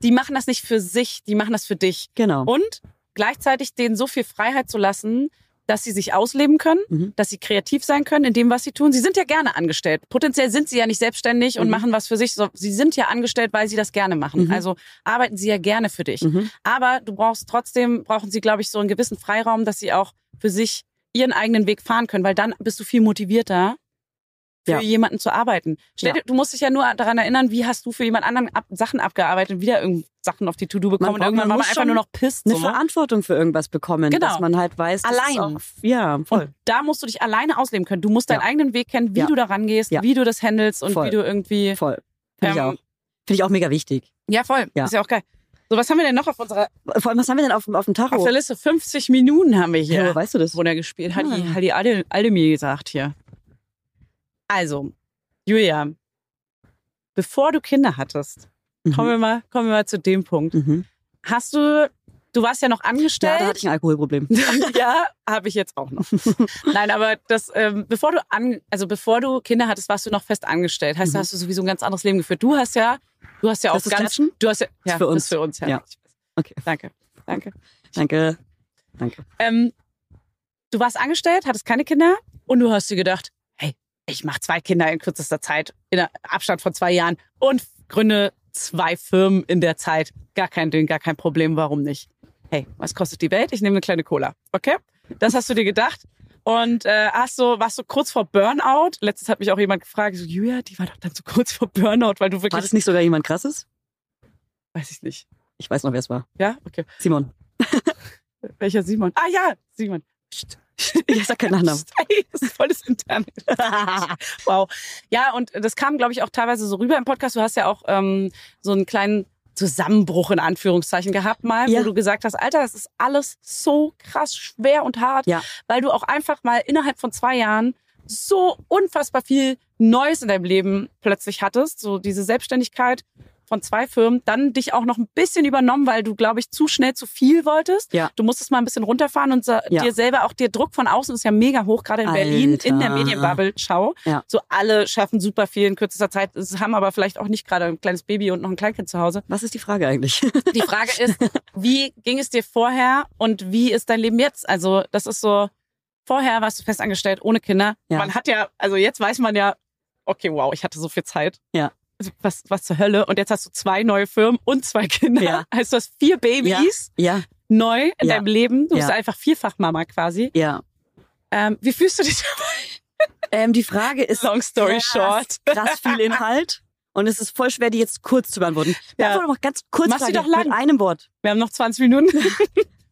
die machen das nicht für sich, die machen das für dich. Genau. Und gleichzeitig denen so viel Freiheit zu lassen, dass sie sich ausleben können, Mhm. dass sie kreativ sein können in dem, was sie tun. Sie sind ja gerne angestellt. Potenziell sind sie ja nicht selbstständig und Mhm. machen was für sich. so- Sie sind ja angestellt, weil sie das gerne machen. Mhm. Also arbeiten sie ja gerne für dich. Mhm. Aber du brauchst trotzdem, brauchen sie, glaube ich, so einen gewissen Freiraum, dass sie auch für sich ihren eigenen Weg fahren können, weil dann bist du viel motivierter, für Ja. jemanden zu arbeiten. Stell Ja. dir, du musst dich ja nur daran erinnern, wie hast du für jemand anderen ab, Sachen abgearbeitet, und wieder irgend Sachen auf die To-Do bekommen und braucht- irgendwann man war man muss einfach schon nur noch pisst. Eine So. ne? Verantwortung für irgendwas bekommen, Genau. dass man halt weiß, dass es Allein. Auch, ja, voll. Und da musst du dich alleine ausleben können. Du musst deinen Ja. eigenen Weg kennen, wie Ja. du da rangehst, Ja. wie du das handelst und Voll. wie du irgendwie. voll. Finde ich Ähm, auch. Finde ich auch mega wichtig. Ja, voll. Ja. Ist ja auch geil. So, was haben wir denn noch auf unserer Vor allem, was haben wir denn auf, dem- auf dem Tacho? auf der Liste? 50 Minuten haben wir hier. Ja, weißt du das? Wunder gespielt, hat die, Ah. hat die Ade- Aldemir gesagt hier. Also, Julia, bevor du Kinder hattest, Mhm. kommen, wir mal, kommen wir mal zu dem Punkt. Mhm. Hast du, du warst ja noch Ja, da angestellt. hatte ich ein Alkoholproblem. ja, habe ich jetzt auch noch. Nein, aber das, ähm, bevor du an, also bevor du Kinder hattest, warst du noch fest angestellt. Heißt, Mhm. da hast du sowieso ein ganz anderes Leben geführt. Du hast ja, du hast ja Das auch ist ganz, Klatschen? du hast ja, Das ist ja für das uns. ist für uns, ja. Ja. Okay. Danke, danke. Danke. Danke. Ähm, du warst angestellt, hattest keine Kinder und du hast dir gedacht, hey, ich mache zwei Kinder in kürzester Zeit, in einem Abstand von zwei Jahren und gründe zwei Firmen in der Zeit. Gar kein Ding, gar kein Problem, warum nicht? Hey, was kostet die Welt? Ich nehme eine kleine Cola. Okay? Das hast du dir gedacht. Und äh, hast so, warst du kurz vor Burnout? Letztens hat mich auch jemand gefragt, so, Julia, die war doch dann so kurz vor Burnout, weil du War wirklich, das nicht sogar jemand krasses? weiß ich nicht. Ich weiß noch, wer es war. Ja, okay. Simon. Welcher Simon? Ah ja, Simon. Psst. Ich sag keinen Nachnamen. Ey, das ist voll das Interne. wow. Ja, und das kam, glaube ich, auch teilweise so rüber im Podcast. Du hast ja auch ähm, so einen kleinen Zusammenbruch in Anführungszeichen gehabt mal, Ja. wo du gesagt hast, Alter, das ist alles so krass schwer und hart, Ja. weil du auch einfach mal innerhalb von zwei Jahren so unfassbar viel Neues in deinem Leben plötzlich hattest. So diese Selbstständigkeit von zwei Firmen, dann dich auch noch ein bisschen übernommen, weil du, glaube ich, zu schnell zu viel wolltest. Ja. Du musstest mal ein bisschen runterfahren und sa- Ja. dir selber auch der Druck von außen ist ja mega hoch, gerade in Berlin in der Alter. Medienbubble. Schau, Ja. so alle schaffen super viel in kürzester Zeit, es haben aber vielleicht auch nicht gerade ein kleines Baby und noch ein Kleinkind zu Hause. Was ist die Frage eigentlich? Die Frage ist, wie ging es dir vorher und wie ist dein Leben jetzt? Also das ist so, vorher warst du festangestellt ohne Kinder. Ja. Man hat ja, also jetzt weiß man ja, okay, wow, ich hatte so viel Zeit. Ja. Also, Was, was zur Hölle? Und jetzt hast du zwei neue Firmen und zwei Kinder. Ja. Heißt, du hast vier Babys Ja, neu in Ja. deinem Leben. Du Ja. bist einfach Vierfachmama quasi. ja. Ähm, wie fühlst du dich? Ähm, die Frage ist Long story krass, short. krass viel Inhalt und es ist voll schwer, die jetzt kurz zu beantworten. Ja. Beantworte doch mal ganz kurz Mach sie Frage, doch lang. mit einem Wort. Wir haben noch 20 Minuten.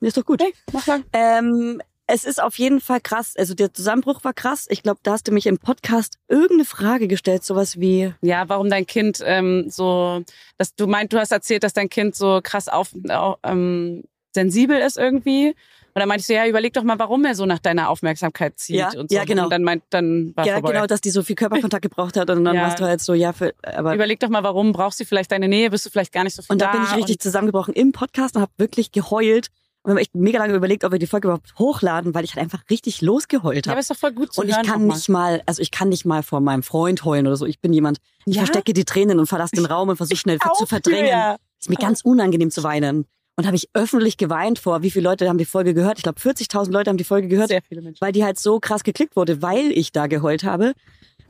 Ist doch gut. Hey, mach lang. Ähm, es ist auf jeden Fall krass. Also der Zusammenbruch war krass. Ich glaube, da hast du mich im Podcast irgendeine Frage gestellt, sowas wie Ja, warum dein Kind ähm, so, dass du meint, du hast erzählt, dass dein Kind so krass auf, au- ähm, sensibel ist irgendwie. Und dann meinte ich so, ja, überleg doch mal, warum er so nach deiner Aufmerksamkeit zieht Ja, und so. ja, genau. Und dann meint, dann war ja vorbei. genau, dass die so viel Körperkontakt gebraucht hat und dann Ja. warst du halt so ja für aber Überleg doch mal, warum brauchst du vielleicht deine Nähe? Bist du vielleicht gar nicht so viel und da da? bin ich richtig zusammengebrochen im Podcast und habe wirklich geheult und habe echt mega lange überlegt, ob wir die Folge überhaupt hochladen, weil ich halt einfach richtig losgeheult ja, aber habe. ist doch voll gut zu und ich hören. kann nochmal. nicht mal, also ich kann nicht mal vor meinem Freund heulen oder so. Ich bin jemand, ich Ja? verstecke die Tränen und verlasse den Raum und versuche schnell zu Auch, verdrängen. Julia. Oh. Ist mir ganz unangenehm zu weinen. Und habe ich öffentlich geweint vor, wie viele Leute haben die Folge gehört? Ich glaube, 40.000 Leute haben die Folge gehört, Sehr viele Menschen. weil die halt so krass geklickt wurde, weil ich da geheult habe.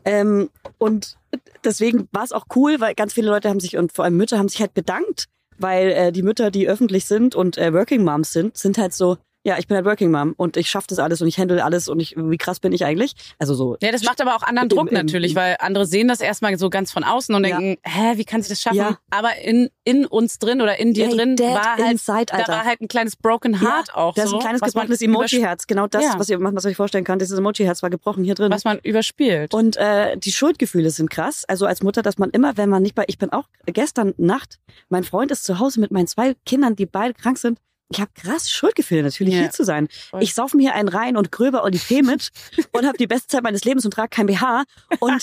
Ähm, und deswegen war es auch cool, weil ganz viele Leute haben sich und vor allem Mütter haben sich halt bedankt, weil äh, die Mütter, die öffentlich sind und äh, Working Moms sind, sind halt so, Ja, ich bin halt Working Mom und ich schaffe das alles und ich handle alles und ich, wie krass bin ich eigentlich? Also so, Ja, das macht aber auch anderen Im- Druck im- natürlich, weil andere sehen das erstmal so ganz von außen und Ja. denken, hä, wie kann sie das schaffen? Ja. Aber in, in uns drin oder in dir Hey, drin Dad war halt, inside, Alter. da war halt ein kleines Broken Heart auch das so. ist ein kleines was man gebrochenes übersp- Emoji-Herz. Genau das, Ja. was ihr was man sich vorstellen kann. Dieses Emoji-Herz war gebrochen hier drin. Was man überspielt. Und äh, die Schuldgefühle sind krass. Also als Mutter, dass man immer, wenn man nicht bei, ich bin auch gestern Nacht, mein Freund ist zu Hause mit meinen zwei Kindern, die beide krank sind. Ich habe krass Schuldgefühle natürlich Ja. hier zu sein. Voll. Ich sauf mir hier einen rein und gröber Olipé mit und habe die beste Zeit meines Lebens und trage kein BH. Und,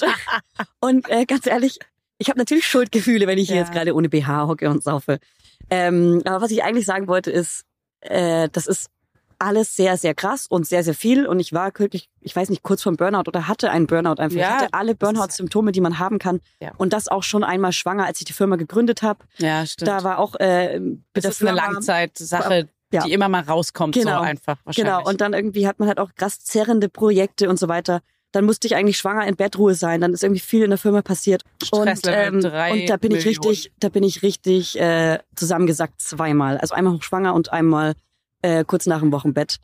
und äh, ganz ehrlich, ich habe natürlich Schuldgefühle, wenn ich hier Ja. jetzt gerade ohne BH hocke und saufe. Ähm, aber was ich eigentlich sagen wollte ist, äh, das ist alles sehr, sehr krass und sehr, sehr viel. Und ich war wirklich, ich weiß nicht, kurz vom Burnout oder hatte einen Burnout einfach. Ja, ich hatte alle das ist- Burnout-Symptome, die man haben kann. Ja. Und das auch schon einmal schwanger, als ich die Firma gegründet habe. ja, stimmt. Da war auch äh, das ist eine Firma- Langzeitsache, Ja. die immer mal rauskommt, Genau. so einfach wahrscheinlich. Genau, und dann irgendwie hat man halt auch krass zerrende Projekte und so weiter. Dann musste ich eigentlich schwanger in Bettruhe sein. Dann ist irgendwie viel in der Firma passiert. Und, Stresslevel drei und da bin ich Millionen. richtig, da bin ich richtig äh, zusammengesackt zweimal. Also einmal hochschwanger und einmal äh, kurz nach dem Wochenbett,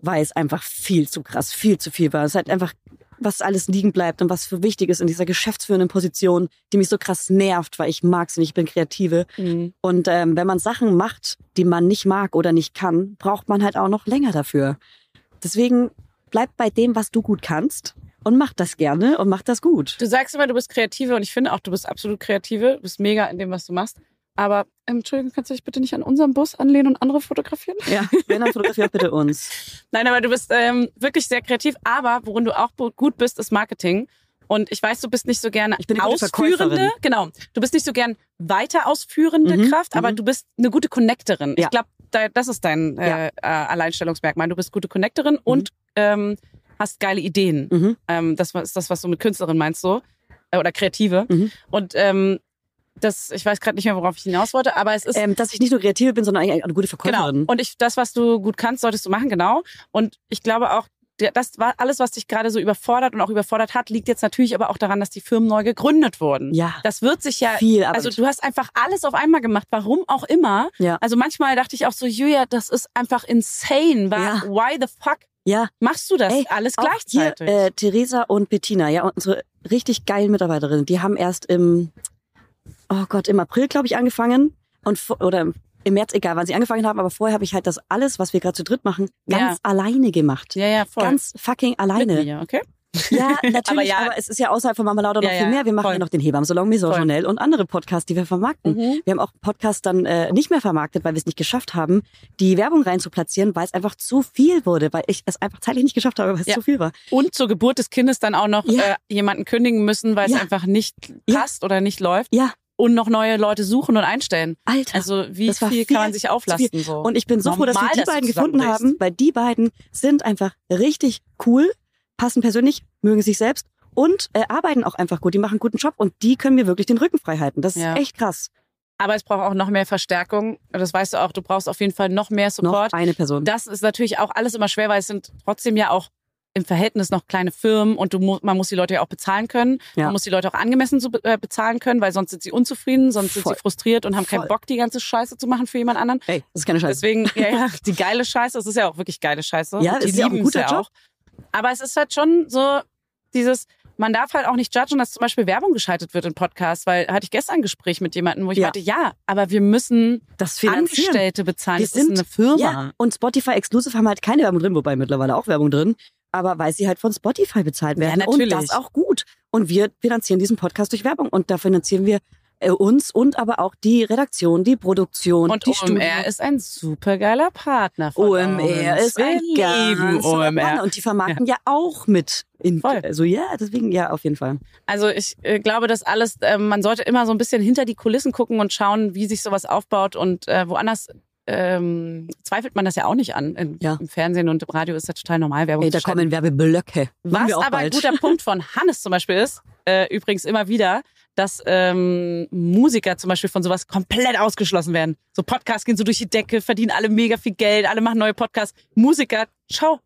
weil es einfach viel zu krass, viel zu viel war. Es ist halt einfach, was alles liegen bleibt und was für wichtig ist in dieser geschäftsführenden Position, die mich so krass nervt, weil ich mag sie nicht, ich bin Kreative. Mhm. Und ähm, wenn man Sachen macht, die man nicht mag oder nicht kann, braucht man halt auch noch länger dafür. Deswegen bleib bei dem, was du gut kannst und mach das gerne und mach das gut. Du sagst immer, du bist Kreative und ich finde auch, du bist absolut Kreative. Du bist mega in dem, was du machst. Aber, ähm, Entschuldigung, kannst du dich bitte nicht an unserem Bus anlehnen und andere fotografieren? Ja, wenn dann fotografiert bitte uns. Nein, aber du bist ähm, wirklich sehr kreativ. Aber worin du auch bu- gut bist, ist Marketing. Und ich weiß, du bist nicht so gerne Ich bin eine gute ausführende, Verkäuferin. genau. Du bist nicht so gern weiter ausführende Mhm, Kraft, aber mhm. du bist eine gute Connectorin. Ja. Ich glaube, da, das ist dein Ja. äh, äh, Alleinstellungsmerkmal. Du bist gute Connectorin und ähm, hast geile Ideen. Mhm. Ähm, das war- ist das, was du mit Künstlerin meinst, so äh, oder Kreative. Mhm. Und ähm, das, ich weiß gerade nicht mehr, worauf ich hinaus wollte, aber es ist Ähm, dass ich nicht nur kreative bin, sondern eigentlich eine gute Genau. Verkäuferin. Und ich, das, was du gut kannst, solltest du machen, genau. Und ich glaube auch, der- das war alles, was dich gerade so überfordert und auch überfordert hat, liegt jetzt natürlich aber auch daran, dass die Firmen neu gegründet wurden. Ja, Das wird sich ja. viel Arbeit. Also du hast einfach alles auf einmal gemacht, warum auch immer. Ja. Also manchmal dachte ich auch so, Julia, das ist einfach insane. Wa- Ja. Why the fuck ja, machst du das Ey, alles auch hier gleichzeitig? äh, Theresa und Bettina, ja, unsere richtig geilen Mitarbeiterinnen, die haben erst im, oh Gott, im April, glaube ich, angefangen und vor- oder im- im März, egal wann sie angefangen haben, aber vorher habe ich halt das alles, was wir gerade zu dritt machen, ganz alleine gemacht. ja, ja, voll. Ganz fucking Mit alleine. mir, okay? Ja, natürlich, aber, Aber ja. es ist ja außerhalb von Mama Lauda noch Ja, viel ja, mehr. Wir machen voll. ja noch den Hebammensalon Maison Voll. Mhm. Journal und andere Podcasts, die wir vermarkten. Wir haben auch einen Podcast dann äh, nicht mehr vermarktet, weil wir es nicht geschafft haben, die Werbung reinzuplatzieren, weil es einfach zu viel wurde, weil ich es einfach zeitlich nicht geschafft habe, weil es Ja. zu viel war. Und zur Geburt des Kindes dann auch noch Ja. äh, jemanden kündigen müssen, weil Ja. es einfach nicht Ja. passt oder nicht läuft. Ja, Und noch neue Leute suchen und einstellen. Alter. Also wie Das war viel, viel kann man sich zu auflasten? So. und ich bin so froh, dass wir normal, die dass du beiden gefunden zusammenbrichst. haben, weil die beiden sind einfach richtig cool, passen persönlich, mögen sich selbst und äh, arbeiten auch einfach gut. Die machen einen guten Job und die können mir wirklich den Rücken frei halten. Das Ja. ist echt krass. Aber es braucht auch noch mehr Verstärkung. Das weißt du auch, du brauchst auf jeden Fall noch mehr Support. Noch eine Person. Das ist natürlich auch alles immer schwer, weil es sind trotzdem ja auch im Verhältnis noch kleine Firmen und du mu man muss die Leute ja auch bezahlen können. Ja. Man muss die Leute auch angemessen zu be äh, bezahlen können, weil sonst sind sie unzufrieden, sonst Voll. sind sie frustriert und haben Voll. keinen Bock, die ganze Scheiße zu machen für jemand anderen. Ey, das ist keine Scheiße. Deswegen, ja, ja, die geile Scheiße, es ist ja auch wirklich geile Scheiße. Ja, die es ist ja auch ein lieben guter es ja Job. auch. Aber es ist halt schon so dieses, man darf halt auch nicht judgen, dass zum Beispiel Werbung geschaltet wird in Podcasts, weil hatte ich gestern ein Gespräch mit jemandem, wo ich Ja. meinte, ja, aber wir müssen Das finanzieren. Angestellte bezahlen. Wir das sind- ist eine Firma. Ja, und Spotify Exclusive haben halt keine Werbung drin, wobei mittlerweile auch Werbung drin, aber weil sie halt von Spotify bezahlt werden. Ja, natürlich. Und das auch gut. Und wir finanzieren diesen Podcast durch Werbung und da finanzieren wir äh, uns und aber auch die Redaktion, die Produktion, Und um, äh, die OMR Studio. ist ein supergeiler Partner von OMR uns. ist ein Wir lieben ganz toller Partner OMR. und die vermarkten ja, auch mit. In, Voll. also ja, deswegen ja auf jeden Fall. Also ich äh, glaube, dass alles, äh, man sollte immer so ein bisschen hinter die Kulissen gucken und schauen, wie sich sowas aufbaut und äh, woanders ähm, zweifelt man das ja auch nicht an. In, Ja. Im Fernsehen und im Radio ist das total normal, Werbung Ey, da zu schalten. kommen Werbeblöcke. Machen Was wir auch aber bald. ein guter Punkt von Hannes zum Beispiel ist, äh, übrigens immer wieder, dass ähm, Musiker zum Beispiel von sowas komplett ausgeschlossen werden. So Podcasts gehen so durch die Decke, verdienen alle mega viel Geld, alle machen neue Podcasts. Musiker, ciao,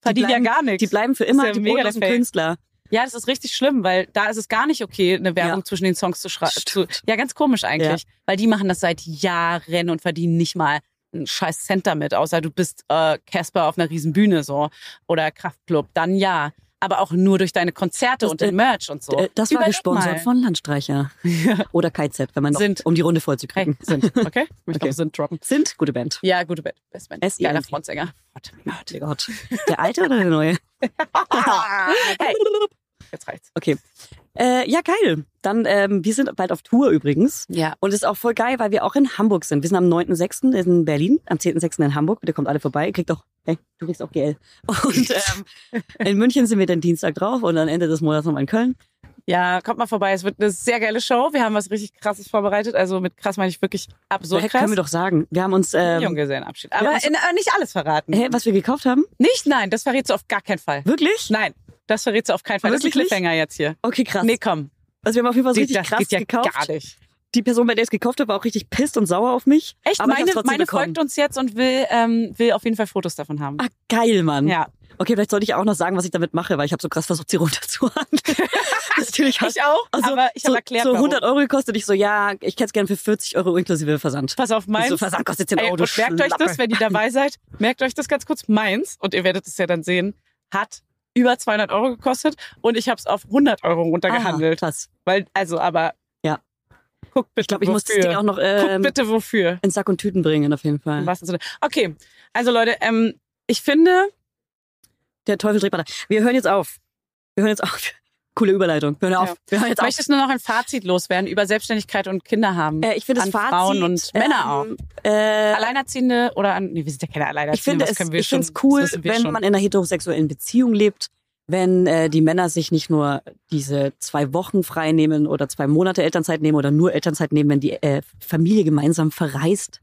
verdienen bleiben- ja gar die nichts. bleiben für immer Ist ja die mega bodenlosen der Fail. Künstler. Ja, das ist richtig schlimm, weil da ist es gar nicht okay, eine Werbung Ja. zwischen den Songs zu schreiben. Stimmt. Ja, ganz komisch eigentlich, weil die machen das seit Jahren und verdienen nicht mal einen scheiß Cent damit, außer du bist äh, Casper auf einer riesen Bühne so oder Kraftclub, dann ja. Aber auch nur durch deine Konzerte Das, und äh, den Merch und so. Äh, Das war Überleg gesponsert mal. von Landstreicher. Oder KZ, wenn man noch, Sind. um die Runde vollzukriegen. Hey, sind, okay? Ich möchte Okay. auch sind droppen. Sind gute Band. Ja, gute Band. Best Band. S.I.N.T.. Geiler Frontsänger. Gott, mein Gott. Oh Gott. Der alte oder der neue? Hey, jetzt reicht's. Äh, ja, geil. Dann, ähm, wir sind bald auf Tour übrigens. Ja. Und es ist auch voll geil, weil wir auch in Hamburg sind. Wir sind am 9.6. in Berlin, am 10.6. in Hamburg. Bitte kommt alle vorbei. Ihr kriegt auch, hey, du kriegst auch GL. Und ähm, in München sind wir dann Dienstag drauf und dann Ende des Monats nochmal in Köln. Ja, kommt mal vorbei. Es wird eine sehr geile Show. Wir haben was richtig krasses vorbereitet. Also mit krass meine ich wirklich So absurd hey, krass. können wir doch sagen. Wir haben uns, ähm, Junggesellenabschied. Aber also- in, äh, nicht alles verraten. hey, was wir gekauft haben? Nicht? Nein, das verrätst du auf gar keinen Fall. Wirklich? Nein, das verrätst du auf keinen Fall. das Wirklich ist ein Cliffhanger jetzt hier. Okay, krass. Nee, komm. Also wir haben auf jeden Fall was Das, richtig das krass geht ja gekauft. gar nicht. Die Person, bei der ich es gekauft habe, war auch richtig pisst und sauer auf mich. Echt? Aber ich meine hab's trotzdem meine bekommen. folgt uns jetzt und will, ähm, will auf jeden Fall Fotos davon haben. Ah, geil, Mann. Ja, Okay, vielleicht sollte ich auch noch sagen, was ich damit mache, weil ich habe so krass versucht, sie runterzuhandeln. Das ist Natürlich hast ich auch, also, aber ich so, habe erklärt, so warum. 100 Euro gekostet. Ich so, ja, ich hätte es gerne für 40 Euro inklusive Versand. Pass auf, meins. So Versand kostet 10 Ey, Euro. und merkt euch das, wenn ihr dabei seid, merkt euch das ganz kurz. Meins, und ihr werdet es ja dann sehen, hat über 200 Euro gekostet und ich habe es auf 100 Euro runtergehandelt. krass. Weil, also, aber. Ah. Ja. Guckt bitte, Ich glaube, ich muss das wofür. Ding auch noch Guckt ähm, bitte, wofür. in Sack und Tüten bringen, auf jeden Fall. Im wahrsten Sinne. Okay, also Leute, ähm, ich finde, Der Teufel dreht weiter. Wir hören jetzt auf. Wir hören jetzt auf. Coole Überleitung. Wir hören auf. Ja. Wir hören jetzt ich auf. möchte es nur noch ein Fazit loswerden über Selbstständigkeit und Kinder haben. Äh, ich finde das an Fazit, Frauen und Männer auch. ähm, Äh, Alleinerziehende oder an, nee, wir sind ja keine ich finde Alleinerziehende. was es können wir ich schon, finde es cool, das wissen wir wenn schon. man in einer heterosexuellen Beziehung lebt, wenn äh, die Männer sich nicht nur diese zwei Wochen frei nehmen oder zwei Monate Elternzeit nehmen oder nur Elternzeit nehmen, wenn die äh, Familie gemeinsam verreist,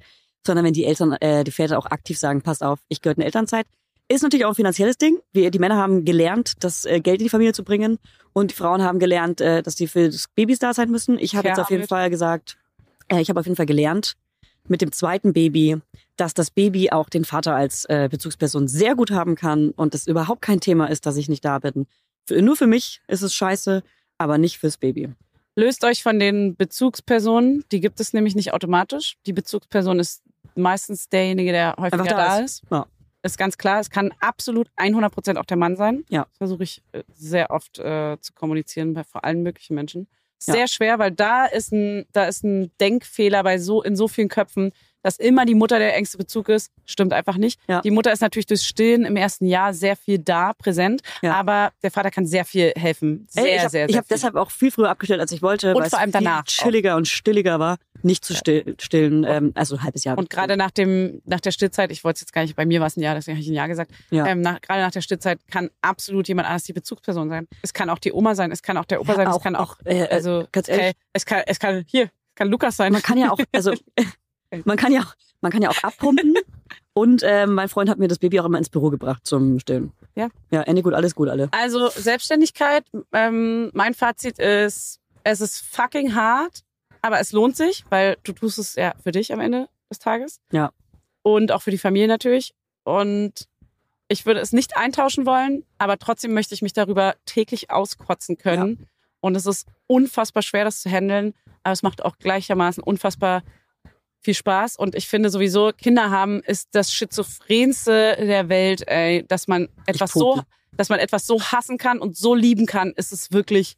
sondern wenn die Eltern, äh, die Väter auch aktiv sagen, passt auf, ich gehöre in Elternzeit. Ist natürlich auch ein finanzielles Ding. Wir, die Männer haben gelernt, das äh, Geld in die Familie zu bringen und die Frauen haben gelernt, äh, dass die für das Babys da sein müssen. Ich habe Care jetzt auf jeden Arbeit. Fall gesagt, äh, ich habe auf jeden Fall gelernt mit dem zweiten Baby, dass das Baby auch den Vater als äh, Bezugsperson sehr gut haben kann und es überhaupt kein Thema ist, dass ich nicht da bin. Für, nur für mich ist es scheiße, aber nicht fürs Baby. Löst euch von den Bezugspersonen, die gibt es nämlich nicht automatisch. Die Bezugsperson ist meistens derjenige, der häufiger Einfach da, da ist. Ja. Ist ganz klar, es kann absolut 100% auch der Mann sein. Ja. Das Versuche ich äh, sehr oft äh, zu kommunizieren bei vor allen möglichen Menschen. Ja. Sehr schwer, weil da ist ein da ist ein Denkfehler bei so in so vielen Köpfen, dass immer die Mutter der engste Bezug ist, stimmt einfach nicht. Ja. Die Mutter ist natürlich durchs Stillen im ersten Jahr sehr viel da, präsent, Ja. aber der Vater kann sehr viel helfen, sehr Ey, ich sehr habe sehr. hab viel. deshalb auch viel früher abgestellt, als ich wollte, Und weil vor allem es viel danach auch. chilliger und stilliger war, nicht zu still, stillen, ähm, also ein halbes Jahr. Und gerade nach dem nach der Stillzeit, ich wollte es jetzt gar nicht, bei mir war es ein Jahr, deswegen habe ich ein Jahr gesagt. Ja. Ähm, nach, gerade nach der Stillzeit kann absolut jemand anders die Bezugsperson sein. Es kann auch die Oma sein, es kann auch der Opa sein, es kann auch, äh, also also ganz es kann- ehrlich. es kann es kann hier es kann Lukas sein. man kann ja auch, also man kann ja auch, man kann ja auch abpumpen. Und ähm, mein Freund hat mir das Baby auch immer ins Büro gebracht zum Stillen. Ja. Ja, Ende gut, alles gut, alle. Also Selbstständigkeit. Ähm, mein Fazit ist, es ist fucking hart, aber es lohnt sich, weil du tust es ja für dich am Ende des Tages. Ja. Und auch für die Familie natürlich. Und ich würde es nicht eintauschen wollen, aber trotzdem möchte ich mich darüber täglich auskotzen können. Und es ist unfassbar schwer, das zu handeln, aber es macht auch gleichermaßen unfassbar viel Spaß. Und ich finde sowieso, Kinder haben ist das Schizophrenste der Welt, ey, dass man etwas so, pupe. dass man etwas so hassen kann und so lieben kann, ist es wirklich,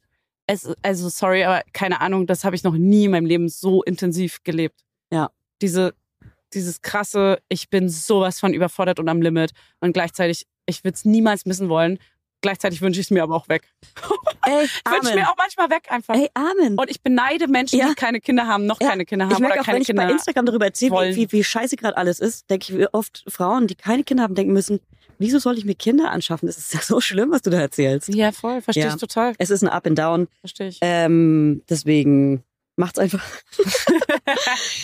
es, also sorry, aber keine Ahnung, das habe ich noch nie in meinem Leben so intensiv gelebt. Ja. Diese, dieses krasse, ich bin sowas von überfordert und am Limit und gleichzeitig, ich würde es niemals missen wollen. Gleichzeitig wünsche ich es mir aber auch weg. Ey, Ich wünsche es mir auch manchmal weg einfach. Ey, Amen. Und ich beneide Menschen, Ja. die keine Kinder haben, noch Ja. keine Kinder Ich haben merke oder auch, wenn keine ich bei Kinder. Instagram darüber erzähle, wollen. wie, wie, wie scheiße gerade alles ist, denke ich, wie oft Frauen, die keine Kinder haben, denken müssen, wieso soll ich mir Kinder anschaffen? Das ist ja so schlimm, was du da erzählst. Ja, voll, verstehe Ja. ich total. Es ist ein Up and Down. Verstehe ich. Ähm, deswegen macht's einfach.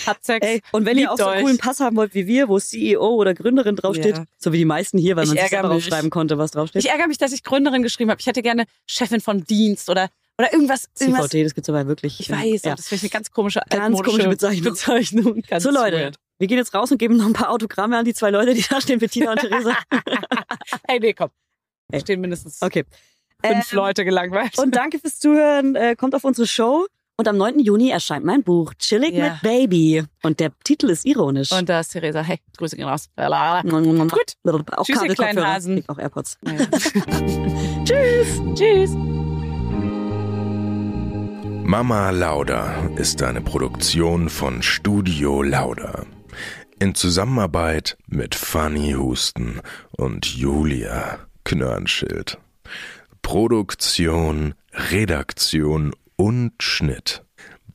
Habt Sex. Ey, und wenn ihr Liebt auch so einen euch. coolen Pass haben wollt wie wir, wo CEO oder Gründerin draufsteht, Ja. so wie die meisten hier, weil Ich man sich ärgere selber mich. draufschreiben konnte, was draufsteht. Ich ärgere mich, dass ich Gründerin geschrieben habe. Ich hätte gerne Chefin vom Dienst oder, oder irgendwas, irgendwas. CVT, das gibt's aber halt wirklich. Ich weiß, Ja. aber das finde ich eine ganz komische, Ganz komische altmodische Bezeichnung. Bezeichnung. Ganz So Leute, weird. wir gehen jetzt raus und geben noch ein paar Autogramme an die zwei Leute, die da stehen, Bettina und Theresa. Hey, nee, komm. Ey. Da stehen mindestens Okay. fünf Ähm, Leute gelangweilt. Und danke fürs Zuhören. Äh, kommt auf unsere Show. Und am 9. Juni erscheint mein Buch Chillig Ja. mit Baby. Und der Titel ist ironisch. Und da ist Theresa. Hey, Grüße gehen raus. Blablabla. Gut. Auch Tschüss, Kabelkopfhörer. ihr kleinen Hasen. Kriegt Auch AirPods. Naja. Tschüss. Tschüss. Mama Lauda ist eine Produktion von Studio Lauda. In Zusammenarbeit mit Fanny Husten und Julia Knörnschild. Produktion, Redaktion und Schnitt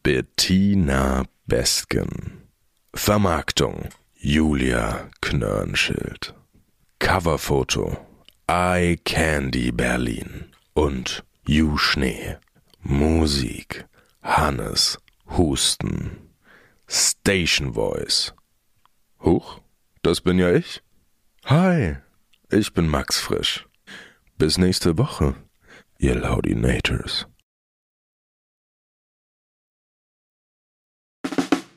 Bettina Besken. Vermarktung Julia Knörnschild. Coverfoto Eye Candy Berlin und You Schnee. Musik Hannes Husten. Station Voice. Huch, das bin ja ich. Hi, ich bin Max Frisch. Bis nächste Woche, ihr Laudinators.